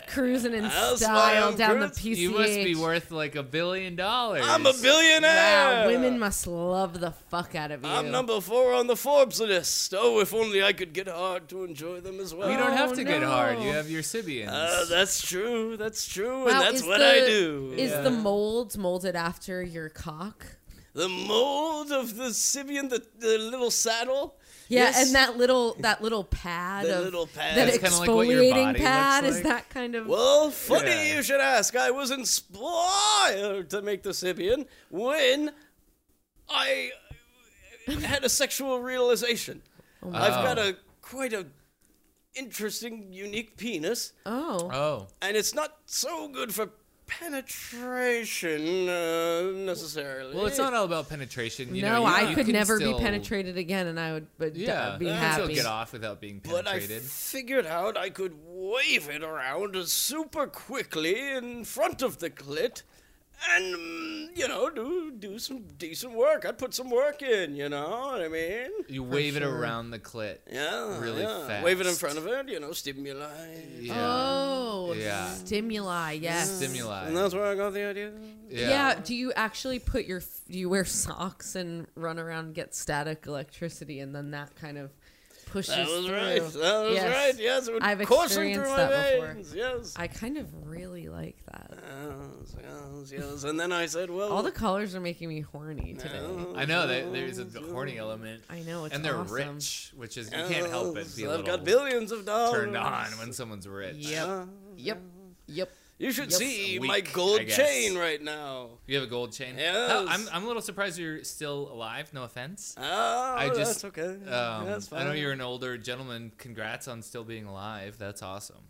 C: cruising in
D: That's why
C: style
D: I'm
C: down the
D: cruising.
C: PCH.
A: You must be worth like a billion dollars.
D: I'm a billionaire.
C: Wow, women must love the fuck out of you.
D: I'm number four on the Forbes list. Oh, if only I could get hard to enjoy them as well.
A: You don't have
C: Oh,
A: to get hard. You
C: no.
A: have your Sibians.
D: Uh, that's true. That's true,
C: Wow,
D: and that's
C: is
D: what
C: the-
D: I do.
C: Is the mold molded after your cock?
D: the mold of the Sibian, the, the little saddle.
C: Yeah,
D: Yes.
C: and that little that little pad
D: The
C: of
D: little pad.
C: that
D: That's
A: kinda like what your
C: exfoliating
A: body
C: pad
A: looks
C: is
A: like.
C: that kind of
D: Well, funny
A: Yeah.
D: you should ask. I was inspired to make the Sibian when I had a sexual realization.
C: Oh,
D: I've got a quite a interesting, unique penis.
C: oh
A: oh,
D: and it's not so good for penetration uh, necessarily.
A: well, it's not all about penetration. You
C: no
A: know, you-
C: I
A: you
C: could
A: can
C: never
A: still-
C: be penetrated again and I would but uh,
A: Yeah,
C: be
A: you
C: happy
A: can still get off without being
D: But I
A: penetrated.
D: figured out I could wave it around super quickly in front of the clit, and mm, you know do do some decent work. I put some work in. You know what I mean?
A: you wave it
C: sure.
A: around the clit.
D: Yeah,
A: Really
D: yeah.
A: fast.
D: Wave it in front of it. You know, stimuli.
A: Yeah.
C: oh
A: Yeah.
C: stimuli yes
A: Stimuli.
D: And that's where I got the idea.
A: yeah.
C: Yeah. Do you actually put your? Do you wear socks and run around and get static electricity, and then that kind of pushes
D: That was
C: through?
D: right. That was
C: Yes.
D: right. Yes, it would
C: I've
D: coursing through
C: experienced
D: my
C: that before.
D: veins. Yes.
C: I kind of really like that.
D: Yes, yes, yes. And then I said, well,
C: All the colors are making me horny today.
A: I know that there's a horny element.
C: I know it's
A: and they're
C: awesome.
A: rich, which is you can't help but be a
D: I've
A: little
D: got billions of dollars. Uh,
A: turned on when someone's rich.
C: Yep. Yep. Yep.
D: You should
C: Yep.
D: see
A: Weak,
D: my gold
A: I guess.
D: chain right now.
A: You have a gold chain.
D: Yes.
A: Oh, I'm I'm a little surprised you're still alive. No offense.
D: Oh,
A: I just
D: that's okay.
A: Um,
D: that's fine.
A: I know you're an older gentleman. Congrats on still being alive. That's awesome.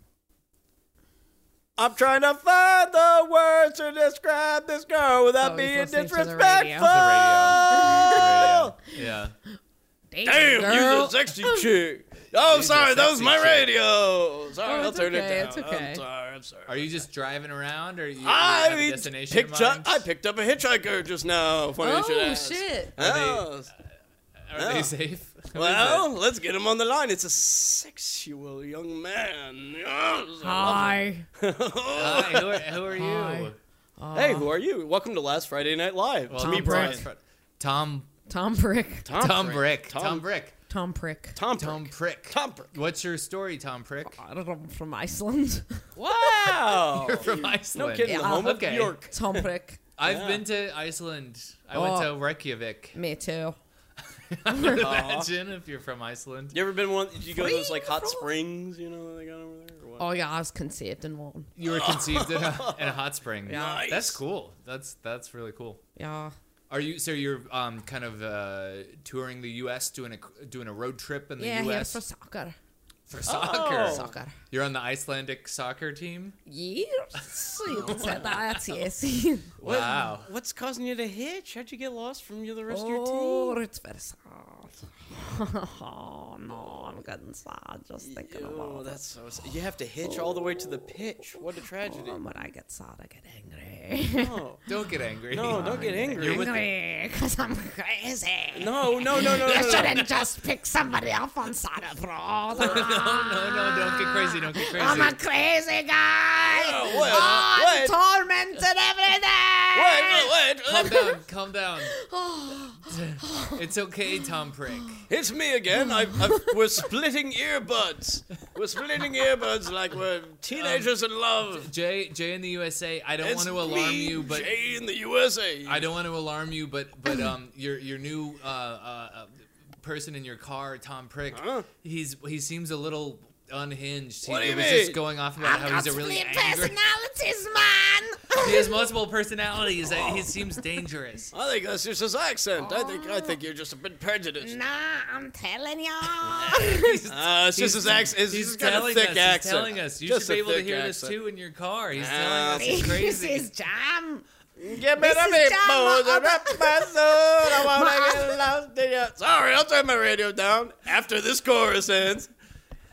D: I'm trying to find the words to describe this girl without
C: Oh, he's
D: being
C: listening to the
D: disrespectful.
C: radio. The
A: The radio. The radio. Yeah.
C: Damn,
D: Damn, you're
C: girl.
D: a sexy chick. Oh,
A: You's a
D: sorry, that was
A: sexy
D: my
A: chick.
D: radio. Sorry,
C: Oh,
D: I'll
C: it's
D: turn
C: okay,
D: it down.
C: it's okay.
D: I'm sorry, I'm sorry.
A: Are you just driving around, or you, you have a
D: I
A: destination in
D: picked up.
A: mind?
D: I picked up a hitchhiker just now. Funny you should
C: Oh
D: ask.
C: shit!
D: Oh,
A: Are
D: Yeah.
A: they safe? Who is
D: well,
A: it?
D: let's get him on the line. It's a sexual young man. Yes, I
C: Hi.
D: love him.
A: Hi, who are, who are you?
C: Hi.
D: hey, who are you? Welcome to Last Friday Night Live.
A: Well,
D: It's me,
A: Tom
D: Brian.
A: Brooks. Tom
C: Tom Prick.
A: Tom, Brick.
D: Tom-
A: Tom Brick.
C: Tom Prick.
D: Tom
A: Tom
D: Prick.
A: Prick.
D: Tom Prick.
A: What's your story, Tom Prick?
D: Oh,
C: I don't know, I'm from Iceland.
D: Wow.
A: You're from Iceland.
D: no kidding. The
C: Yeah.
D: home of
A: Okay.
D: Bjork.
C: Tom Prick.
A: I've been to Iceland. I went
C: Oh.
A: to Reykjavik.
C: Me too.
A: Imagine if you're from Iceland.
D: You ever been one? Did you go to those like hot
C: Free fall.
D: springs? You know they got over there. Or what?
C: Oh yeah, I was conceived in one.
A: You were conceived in a, in a hot spring.
C: Nice.
A: That's cool. That's that's really cool.
C: Yeah.
A: Are you so you're um, kind of uh, touring the U.S. doing a doing a road trip in the
C: yeah, here
A: U.S.
C: for soccer.
A: for soccer?
C: Soccer.
A: You're on the Icelandic soccer team.
C: Yes. You can say that, yes.
A: Wow.
D: What's causing you to hitch? How'd you get lost from you the rest of your
C: Oh,
D: team?
C: it's very sad. oh no, I'm getting sad just thinking
D: Oh,
C: about
D: that's so. Sad. You have to hitch all the way to the pitch. What a
C: it.
A: Oh,
D: tragedy.
C: And when I get sad, I get angry.
D: Oh.
A: Don't get angry.
D: No, don't get angry.
A: You're with the-
C: angry because I'm crazy.
D: No, no, no, no,
C: You
D: no, no.
C: shouldn't just pick somebody up on side of road.
A: no, no, don't get crazy. Don't get crazy.
C: I'm a crazy guy.
D: Oh, what?
C: I'm
D: What?
C: tormented every day.
D: What?
A: Calm
D: What?
A: down. Calm down. it's okay, Tom Prick.
D: It's me again. I, I, we're splitting earbuds. We're splitting earbuds like we're teenagers in love.
A: Jay, Jay in the USA. Um, I don't
D: It's
A: want to alarm
D: me,
A: you, but
D: Jay in the USA.
A: I don't want to alarm you, but but um, your your new uh, uh, uh, person in your car, Tom Prick, he's he seems a little unhinged.
D: What
A: he
D: do you
A: was just
D: mean?
A: going off about
C: I've
A: how
C: got
A: he's a
C: split
A: really angry.
C: personalities, man.
A: he has multiple personalities. Uh,
D: Oh.
A: He seems dangerous.
D: I think that's just his accent. I think I think you're just a bit prejudiced.
C: nah, I'm telling you.
D: Uh, it's just his accent. He's,
A: He's
D: just got a
A: telling
D: thick
A: us.
D: accent.
A: He's telling us. You
D: Just
A: should
D: a
A: be able to
D: thick
A: hear
D: accent.
A: this too in your car. He's
D: Ah,
A: telling us it's
C: this
A: crazy.
C: is jam.
D: Get me
C: This
D: the
C: is
D: meatballs
C: John, my
D: and wrap my soul. I
C: My-
D: wanna get lost in your- Sorry, I'll turn my radio down after this chorus ends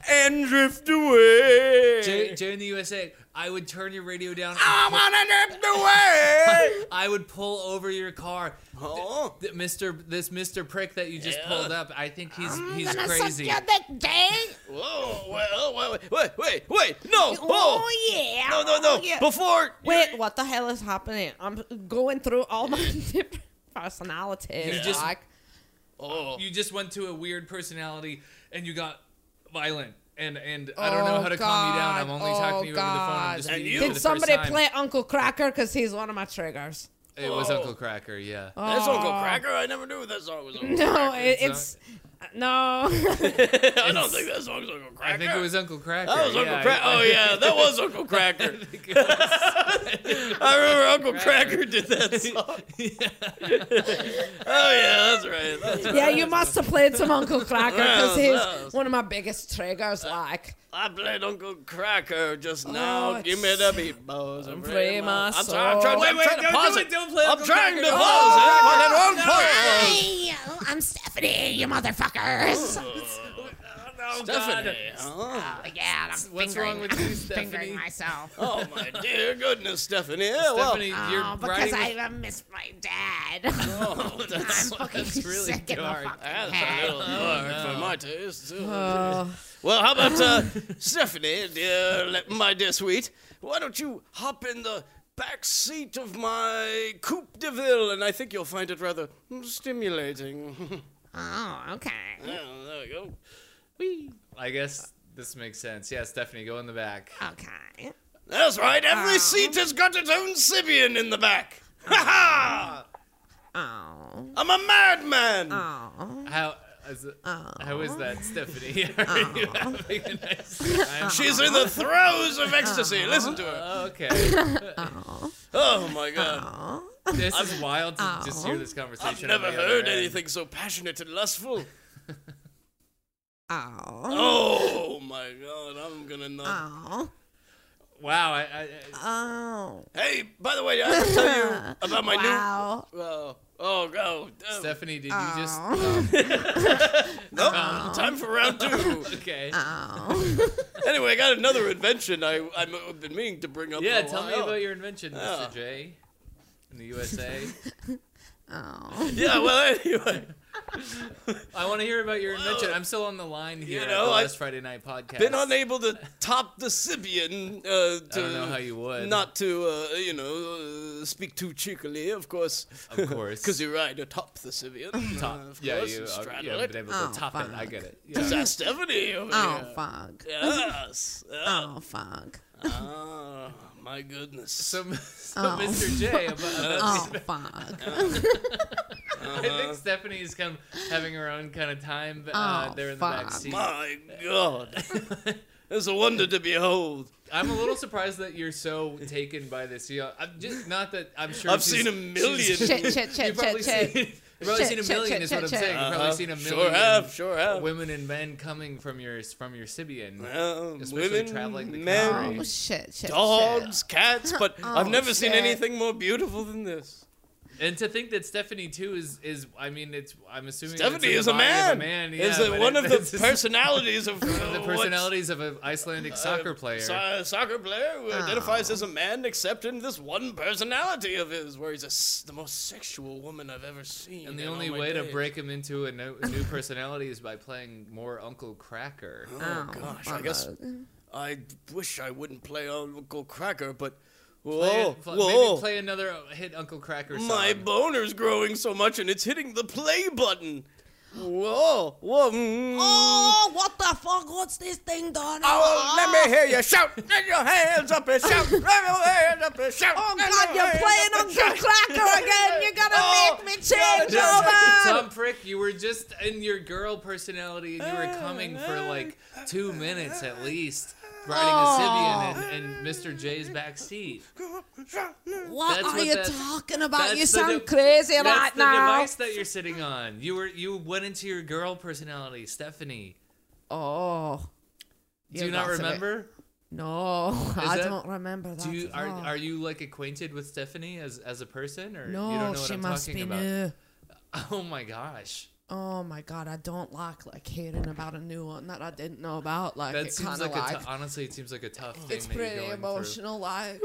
D: and drift away.
A: Jay, Jay in the USA, I would turn your radio down.
D: I wanna drift away.
A: I would pull over your car.
D: oh.
A: Th- Mr. This Mr. Prick that you just
D: Yeah.
A: pulled up, I think he's
C: I'm
A: he's
C: gonna
A: crazy.
C: suck your dick, Jay.
D: Whoa, well, wait, wait, wait, wait, no,
C: Oh,
D: oh,
C: yeah.
D: no, no, no,
C: Oh, yeah.
D: before,
C: Wait, what the hell is happening? I'm going through all my different personalities.
A: You just-
C: like,
D: oh,
A: you just went to a weird personality and you got violent and and I don't know
C: Oh,
A: how to calm you down. I'm only
C: God.
A: talking to you
C: Oh,
A: over the phone. I'm just
C: God.
A: meeting you for
C: did
A: the
C: somebody
A: first time.
C: play Uncle Cracker? Because he's one of my triggers. Oh.
A: It was
D: Whoa.
A: Uncle Cracker, yeah.
D: that's Uncle Cracker, I never knew that song was Uncle
C: No,
D: Cracker.
C: it, it's no.
D: I don't think that song's Uncle Cracker.
A: I think it was Uncle Cracker.
D: That was
A: yeah,
D: Uncle Cracker.
A: I-
D: Oh yeah, that was Uncle Cracker.
A: I think it was-
D: I remember Uncle Cracker did that song. oh yeah, that's right. That's right.
C: yeah, you must have played some Uncle Cracker because
D: Yes, yes.
C: he's one of my biggest triggers. Like,
D: I played Uncle Cracker just
C: Oh,
D: now.
C: it's-
D: Give me the beat, boys. I'm
C: Play my
D: I'm trying. I'm trying,
C: soul.
D: I'm
A: Wait,
D: trying
A: wait,
D: to
A: don't
D: pause
A: do
D: it.
A: it. Don't play
D: I'm
A: Uncle
D: trying to
A: Cracker.
D: pause it. But at wrong point.
C: hey, I'm Stephanie, you motherfuckers.
A: Oh, God.
D: Stephanie. huh?
C: Oh, yeah, I'm
A: What's wrong with you, Stephanie?
C: myself.
D: Oh my dear goodness, Stephanie. Yeah, well,
A: Stephanie, you're riding with-
C: Oh, I miss my dad.
D: oh, that's,
A: that's really dark.
D: that's a little hard for my taste. too. Well, how about uh, Stephanie, dear, le- my dear sweet? Why don't you hop in the back seat of my coupe de ville, and I think you'll find it rather stimulating.
C: oh, okay.
D: oh, there we go.
A: I guess this makes sense. Yeah, Stephanie, go in the back.
C: Uh, Okay.
D: That's right. Every seat has got its own Sibian in the back. Ha ha!
C: Oh.
D: I'm a madman.
C: Oh.
A: How is it, how is that, Stephanie? Are you having a nice time?
D: She's in the throes of ecstasy. Listen to her.
A: Okay,
D: Oh my God.
A: this is wild to just hear this
D: I've
A: conversation. on
D: never
A: the other
D: heard
A: end.
D: anything so passionate and lustful.
C: Oh.
D: Oh my God. I'm gonna not.
C: Oh.
A: Wow, I, I, I-
C: Oh.
D: Hey, by the way, I have to tell you about my
C: Wow.
D: new. Oh, oh, go. Oh,
A: Stephanie, did you just?
C: Oh.
D: nope, time for round two.
A: Okay.
C: Oh.
D: anyway, I got another invention I I'm, I've been meaning to bring up.
A: yeah,
D: for a
A: tell me
D: while.
A: about your invention,
D: Yeah.
A: Mr. J, in the USA.
C: Oh.
D: Yeah, well, anyway,
A: I want to hear about your invention. I'm still on the line here. at
D: know,
A: the
D: I-
A: last Friday night podcast.
D: Been unable to top the Sibian. Uh, to
A: I don't know how you would.
D: Not to, uh, you know, uh, speak too cheekily, of course.
A: Of course.
D: Because you're right, atop the Sibian.
A: top.
D: of
A: yeah,
D: course,
A: you.
D: and
A: Uh,
D: straddle
A: yeah,
D: it.
A: been able to
C: Oh,
A: top it. I
C: fuck.
A: get it. Yeah.
D: Chastity over
C: Oh
D: here.
C: fuck.
D: Yes. Ah,
C: Oh fuck.
D: ah, my goodness.
A: So, so
C: Oh.
A: Mr. J, about, about-
C: Oh fuck.
A: I
D: Uh,
A: think Stephanie's kind of having her own kind of time uh,
C: Oh,
A: there in
C: fuck.
A: the back seat.
D: my God. It's a wonder to behold.
A: I'm a little surprised that you're so taken by this. You know, I'm just not that I'm sure.
D: I've
A: she's-
D: seen a million.
A: she's-
C: Check check
A: You've
C: check
A: probably
C: check check.
A: seen. You've probably
C: Check,
A: seen a
C: check,
A: million.
C: check,
A: Is what I'm
C: check,
A: saying. You've
D: Uh-huh.
A: probably seen a million.
D: Sure have, sure have.
A: Women and men coming from your from your Sibian.
D: Um,
A: especially
D: women,
A: traveling the
D: men,
A: country.
C: Oh shit Oh, shit.
D: dogs, cats, but I've
C: Oh,
D: never seen
C: shit.
D: anything more beautiful than this.
A: And to think that Stephanie too is is I mean it's I'm assuming it's in
D: Stephanie
A: the
D: is a
A: body of
D: man.
A: man yeah,
D: is it
A: but
D: one
A: it-
D: of the
A: it's just
D: personalities of
A: one of the personalities of an Icelandic soccer player.
D: Uh, So, soccer player who
C: Ah.
D: identifies as a man, except in this one personality of his, where he's a s the most sexual woman I've ever seen.
A: and the
D: in all
A: only
D: my
A: way to
D: days.
A: break him into a no, new personality is by playing more Uncle Cracker.
C: Oh
D: Gosh, I guess
C: fuck.
D: I wish I wouldn't play Uncle Cracker, but
A: Play
D: whoa,
A: it- pl-
D: whoa.
A: Maybe play another hit Uncle Cracker song.
D: My boner's growing so much and it's hitting the play button. Whoa, whoa. mm.
C: Oh, what the fuck? What's this thing done?
D: Oh, let me hear you shout.
C: oh.
D: Get your hands up and shout. Get your hands up and shout.
C: Oh
D: Get
C: God,
D: your
C: you're
D: hands
C: playing
D: up and
C: Uncle
D: shout.
C: Cracker again. You're gonna
D: Oh,
C: make me change
D: God,
C: over.
A: Tom Prick, you were just in your girl personality and you were coming for like two minutes at least. Riding a Sibian in, in Mr. J's back seat.
C: What
A: That's
C: are
A: what
C: you
A: that's-
C: talking about?
A: that's
C: You
A: the
C: sound
A: de-
C: crazy
A: That's
C: right
A: the
C: now.
A: device that you're sitting on. You were you went into your girl personality, Stephanie.
C: Oh.
A: Do you not remember?
C: No, I
A: that-
C: don't remember that.
A: Do you
C: at
A: are
C: all.
A: are you like acquainted with Stephanie as as a person or
C: no,
A: you don't know what
C: she
A: I'm
C: must be
A: talking about?
C: new.
A: Oh my gosh.
C: Oh my god, I don't like like hearing about a new one that I didn't know about. Like
A: That
C: it
A: seems
C: kind
A: like,
C: of like
A: a t- honestly it seems like a tough thing
C: it's
A: that you're
C: pretty
A: going through.
C: emotional. Like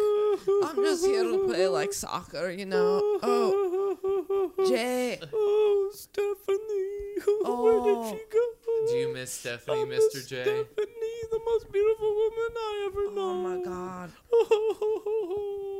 C: I'm just here to play like soccer, you know. Oh, Jay.
D: Oh, Stephanie. Where
C: Oh.
D: did she go?
A: Do you miss Stephanie,
D: I miss
A: Mr. J?
D: Stephanie, the most beautiful woman I ever
C: Oh
D: know.
C: my god.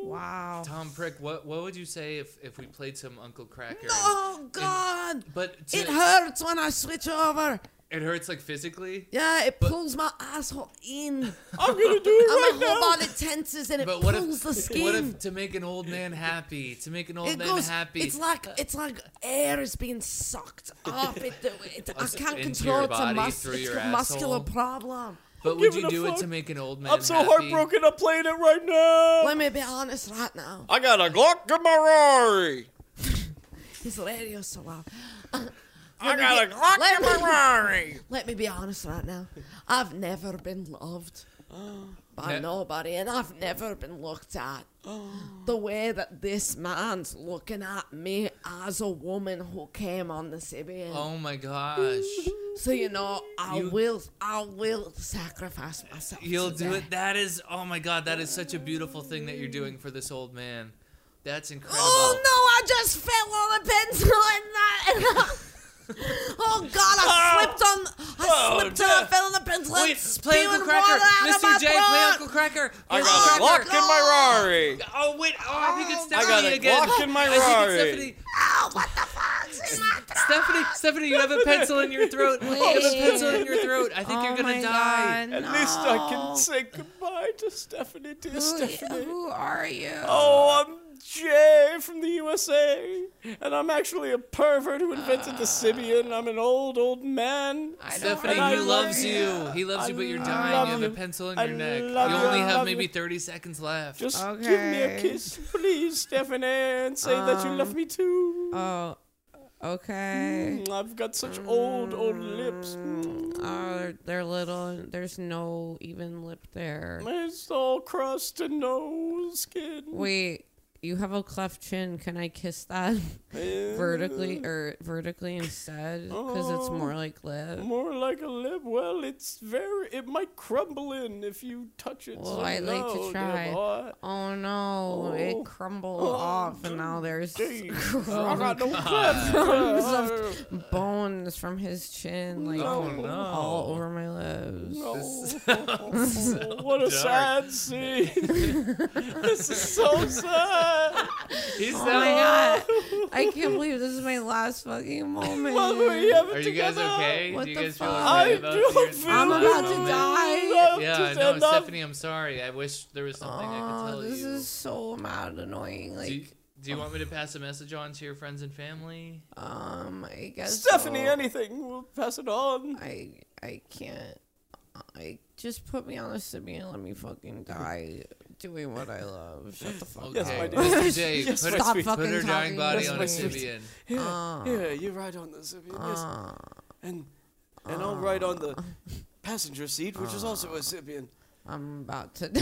C: Wow.
A: Tom Prick, what what would you say if, if we played some Uncle Cracker?
C: Oh god.
A: But to,
C: It hurts when I switch over.
A: it hurts like physically.
C: Yeah, it pulls my asshole in. And
D: I'm gonna do it
C: my
D: right
C: whole
D: now.
C: body tenses and it
A: But what if
C: pulls the skin.
A: what if to make an old man happy? To make an old
C: it
A: man
C: goes.
A: happy.
C: It's like it's like air is being sucked up. It, it, I
A: Us-
C: can't
A: into
C: control.
A: your
C: it. It's a,
A: body
C: mus-
A: through
C: it's
A: your
C: a muscular
A: asshole.
C: problem.
A: but would
D: giving
A: you
D: a
A: do it
D: fuck.
A: to make an old man
D: I'm so
A: happy?
D: heartbroken. I'm playing it right now.
C: Let me be honest right now.
D: I got a Glock in my Rari.
C: His radio's so loud.
D: I got a
C: me-
D: Glock
C: let
D: in my
C: me-
D: Rari.
C: Let me be honest right now. I've never been loved by
A: Ne-
C: nobody, and I've never been looked at. The way that this man's looking at me as a woman who came on the Sibian.
A: Oh my gosh.
C: So you know, I
A: You-
C: will, I will sacrifice myself.
A: You'll do
C: today.
A: it. That is oh my god, that is such a beautiful thing that you're doing for this old man. That's incredible.
C: Oh no! I just fell on a pencil and that. oh God! I slipped on. I
D: Oh,
C: slipped on. I
D: dear.
C: fell on a pencil.
A: Wait,
C: and
A: play
C: spewed
A: Uncle
C: water
A: Cracker.
C: out of my
A: Mr. J, play
C: throat.
A: Uncle Cracker.
D: I
A: Play
D: got a
A: Uncle
D: Glock
A: Cracker.
D: in my Rari.
A: Oh wait! Oh, I think it's
C: I
A: Stephanie
D: got a
A: again.
D: Glock in my
A: I think it's
D: Rari.
A: Stephanie.
C: Oh, what the fuck? She's not done.
A: Stephanie, Stephanie, you have a pencil in your throat. You have a pencil in your throat. I
C: Oh
A: think you're gonna die.
D: At least I can say goodbye to Stephanie, dear Stephanie.
C: Who are you?
D: Oh, I'm Jay from the USA, and I'm actually a pervert who invented
C: Ah.
D: the Sibian. I'm an old, old man.
A: Stephanie, he
D: I love
A: loves
D: you.
A: you. He loves
D: I
A: you, but you're
D: love
A: dying. You have
D: you.
A: a pencil in
D: I
A: your neck. You
D: love you.
A: only
D: I
A: have
D: love
A: maybe
D: you.
A: 30 seconds left.
D: Just give me a kiss, please, Stephanie, and say that you
C: Um,
D: love me too.
C: Oh, okay.
D: Mm, I've got such old, old lips. Mm,
C: Oh, they're, they're little. and There's no even lip there.
D: It's all crust and no skin.
C: Wait, you have a cleft chin. Can I kiss that vertically or vertically instead? Because it's more like lip.
D: More like a lip. Well, it's very. It might crumble in if you touch it.
C: Well,
D: so
C: I like
D: no,
C: to
D: dear
C: try.
D: boy.
C: Oh no,
D: Oh.
C: it crumbled off, and now there's Oh
D: I got no
C: crumbs
D: cleft.
C: of bones from his chin,
A: Oh,
C: like all over my lips.
D: Oh, what a sad scene. this is so sad.
A: He's
C: Oh my
A: not.
C: god, I can't believe this is my last fucking moment.
D: Love what you have
A: Are you guys
D: together.
A: okay?
C: What
A: do you
C: the
A: guys feel
C: fuck?
A: okay
D: I
A: about
D: do
A: your-
D: feel
C: I'm about to
A: Oh, man.
C: die.
A: Yeah,
D: Just
A: no,
D: enough.
A: Stephanie, I'm sorry. I wish there was something I could
C: Oh,
A: tell
C: this
A: you.
C: is so mad annoying. Like,
A: do, you- do you want me to pass a message on to your friends and family?
C: um, I guess
D: Stephanie,
C: so.
A: Oh.
D: anything. We'll pass it on.
C: I I can't. I just put me on the Sibby and let me fucking die doing what I love. Shut the fuck
A: Okay,
D: my
C: up.
D: dear.
A: Mr. J,
D: Yes,
A: put,
D: my
A: her,
C: Stop
D: sweet.
A: put
C: fucking
A: her dying
C: talking.
A: body
C: Yes,
A: on
D: my
A: a
D: sweet.
A: Sibian.
D: Yeah,
C: Ah.
D: yeah, you ride on this. I mean, yes.
A: Ah.
C: Uh,
D: And, and I'll ride on the passenger seat, which is also a Sibian.
A: Ah.
C: I'm about to
A: Wait,
C: die,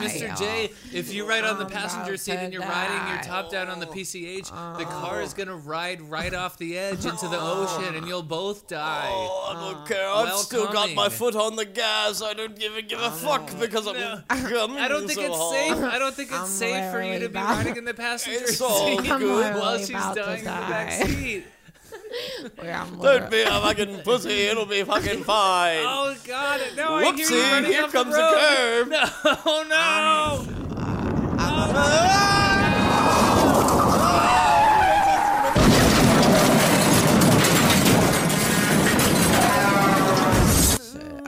A: Mr.
C: y'all.
A: J, if you ride on the
C: I'm
A: passenger
C: about
A: seat and
C: to
A: you're riding your
C: die. Oh.
A: top down on the PCH, the car is gonna ride right off the edge into the ocean, and you'll both die.
D: Oh, I don't care. I've
A: Ah. well
D: still got
A: coming. Ah.
D: my foot on the gas. I don't give a, give a fuck because I'm coming
A: I don't think
D: so
A: it's
D: hard.
A: safe. I don't think it's
C: I'm
A: safe for you to
C: literally
A: be
C: about-
A: riding in the passenger
D: It's
A: seat
D: all
C: I'm
D: good.
A: while
C: literally
A: she's
C: about to
A: dying in the back
C: die.
A: seat.
C: Wait, I'm
D: Don't
C: literally-
D: be a fucking pussy. It'll be fucking fine.
A: Oh God! No, I hear you
D: Whoopsie!
A: running
D: Here
A: off the
D: comes a
A: road.
D: curve.
A: No, oh no!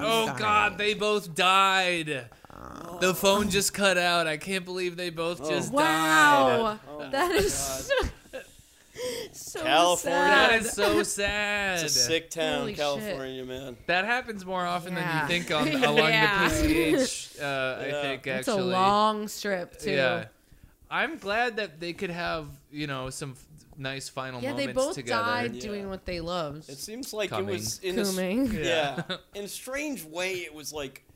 A: Oh
C: dying.
A: God! They both died.
D: Oh.
A: The phone just cut out. I can't believe they both just died.
C: Wow, that is so, so
D: California.
A: That
C: sad.
A: is so sad.
D: It's a sick town,
C: Holy shit.
D: California, man.
A: That happens more often
C: Yeah.
A: than you think on along
C: Yeah.
A: the PCH. Uh, I
D: Yeah.
A: think
C: It's
A: actually.
C: a long strip too.
A: Yeah. I'm glad that they could have, you know, some f- nice final
C: Yeah,
A: moments
C: they both
A: together.
C: died
D: Yeah.
C: doing what they loved.
D: It seems like
A: Coming.
D: it was in a, s-
C: Cooming.
D: yeah.
A: Yeah.
D: in a strange way. It was like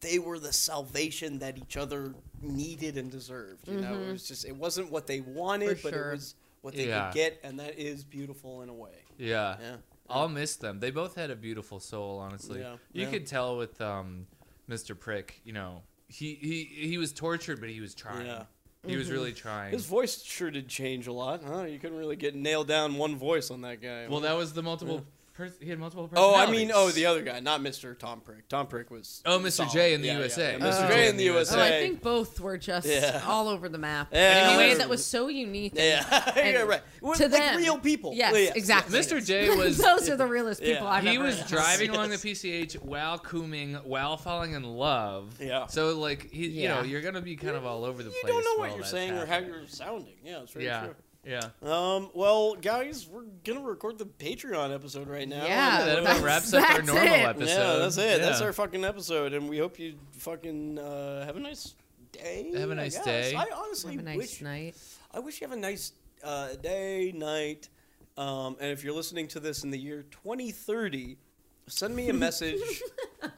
D: they were the salvation that each other needed and deserved. You know, it was just it wasn't what they wanted,
C: Mm-hmm. For
D: but
C: sure.
D: it was what they
A: Yeah.
D: could get, and that is beautiful in a way.
A: Yeah.
D: Yeah.
A: I'll miss them. They both had a beautiful soul, honestly.
D: Yeah,
A: You
D: yeah.
A: could tell with um, Mr. Prick, you know, he, he, he was tortured, but he was trying.
D: Yeah.
A: He
C: Mm-hmm.
A: was really trying.
D: His voice sure did change a lot, huh? You couldn't really get nailed down one voice on that guy.
A: well, that was the multiple. Pers- he had multiple
D: oh, I mean, oh,
A: personalities.
D: the other guy, not Mr. Tom Prick. Tom Prick was
A: Oh, Mr.
D: solid.
A: J in the
D: Yeah, yeah,
A: USA.
D: yeah.
A: Mr.
D: Mr.
C: Oh.
D: J in the
A: Oh, I
D: USA.
C: Oh, I think both were just
D: Yeah.
C: all over the map.
D: Yeah.
C: In a way
D: Yeah.
C: that was so unique.
D: Yeah,
C: And
D: yeah, right. We're
C: to
D: like
C: them.
D: real people.
C: Yes,
D: Yeah.
C: exactly.
A: Mr. J was
C: Those are the realest people
D: Yeah.
C: I've
A: he
C: ever
A: was
C: met.
A: driving
D: Yes.
A: along the PCH while cooming, while falling in love.
D: Yeah.
A: So like he, you know,
C: Yeah.
A: you're gonna be kind of all over the
D: You
A: place.
D: don't know
A: while
D: what you're
A: that's
D: saying or how
A: happening.
D: you're sounding. Yeah, it's very
A: Yeah.
D: true.
A: Yeah.
D: Um, well, guys, we're gonna record the Patreon episode right now.
C: Yeah,
A: Yeah, that
D: that's,
A: about
C: that's-
A: wraps up our
C: that's
A: normal
C: it.
A: episode.
D: yeah, that's it. That's
A: Yeah.
D: our fucking episode, and we hope you fucking uh, have a nice day.
A: Have a
D: I
A: nice
D: guess.
A: day.
D: I honestly
C: Have a nice
D: wish
C: night.
D: I wish you have a nice uh, day, night. Um, and if you're listening to this in the year 2030, send me a message. uh,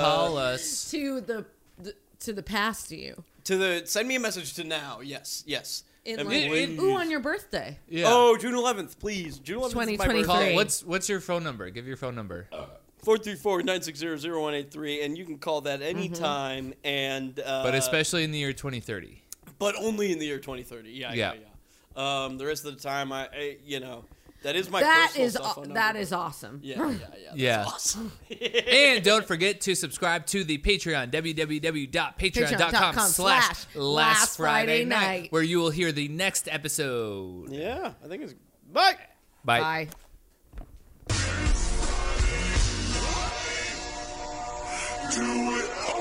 A: Call us.
C: To the, the to the past you.
D: to the send me a message to now. Yes, yes.
C: In
D: And
C: like,
D: please-
C: ooh, on your birthday.
A: Yeah.
D: Oh, June 11th, please. June 11th is my
C: 2023.
A: Call,
D: birthday.
C: Great.
A: what's what's your phone number? Give your phone number.
D: Uh, 434-960-0183 and you can call that anytime
C: Mm-hmm.
D: and uh,
A: but especially in the year 2030.
D: but only in the year 2030. Yeah,
A: Yeah.
D: yeah, yeah. Um, the rest of the time I, I you know, that is my
C: That
D: personal
C: is
D: cell
C: aw-
D: phone
C: that
D: number.
C: is awesome.
D: Yeah, yeah, yeah. That's
A: Yeah.
D: awesome.
A: and don't forget to subscribe to the Patreon, www.patreon.com
C: Patreon.com
A: slash last
C: Last Friday
A: Friday night,
C: Night.
A: where you will hear the next episode.
D: yeah, I think it's bye.
A: Bye.
C: Bye.
G: Do it all.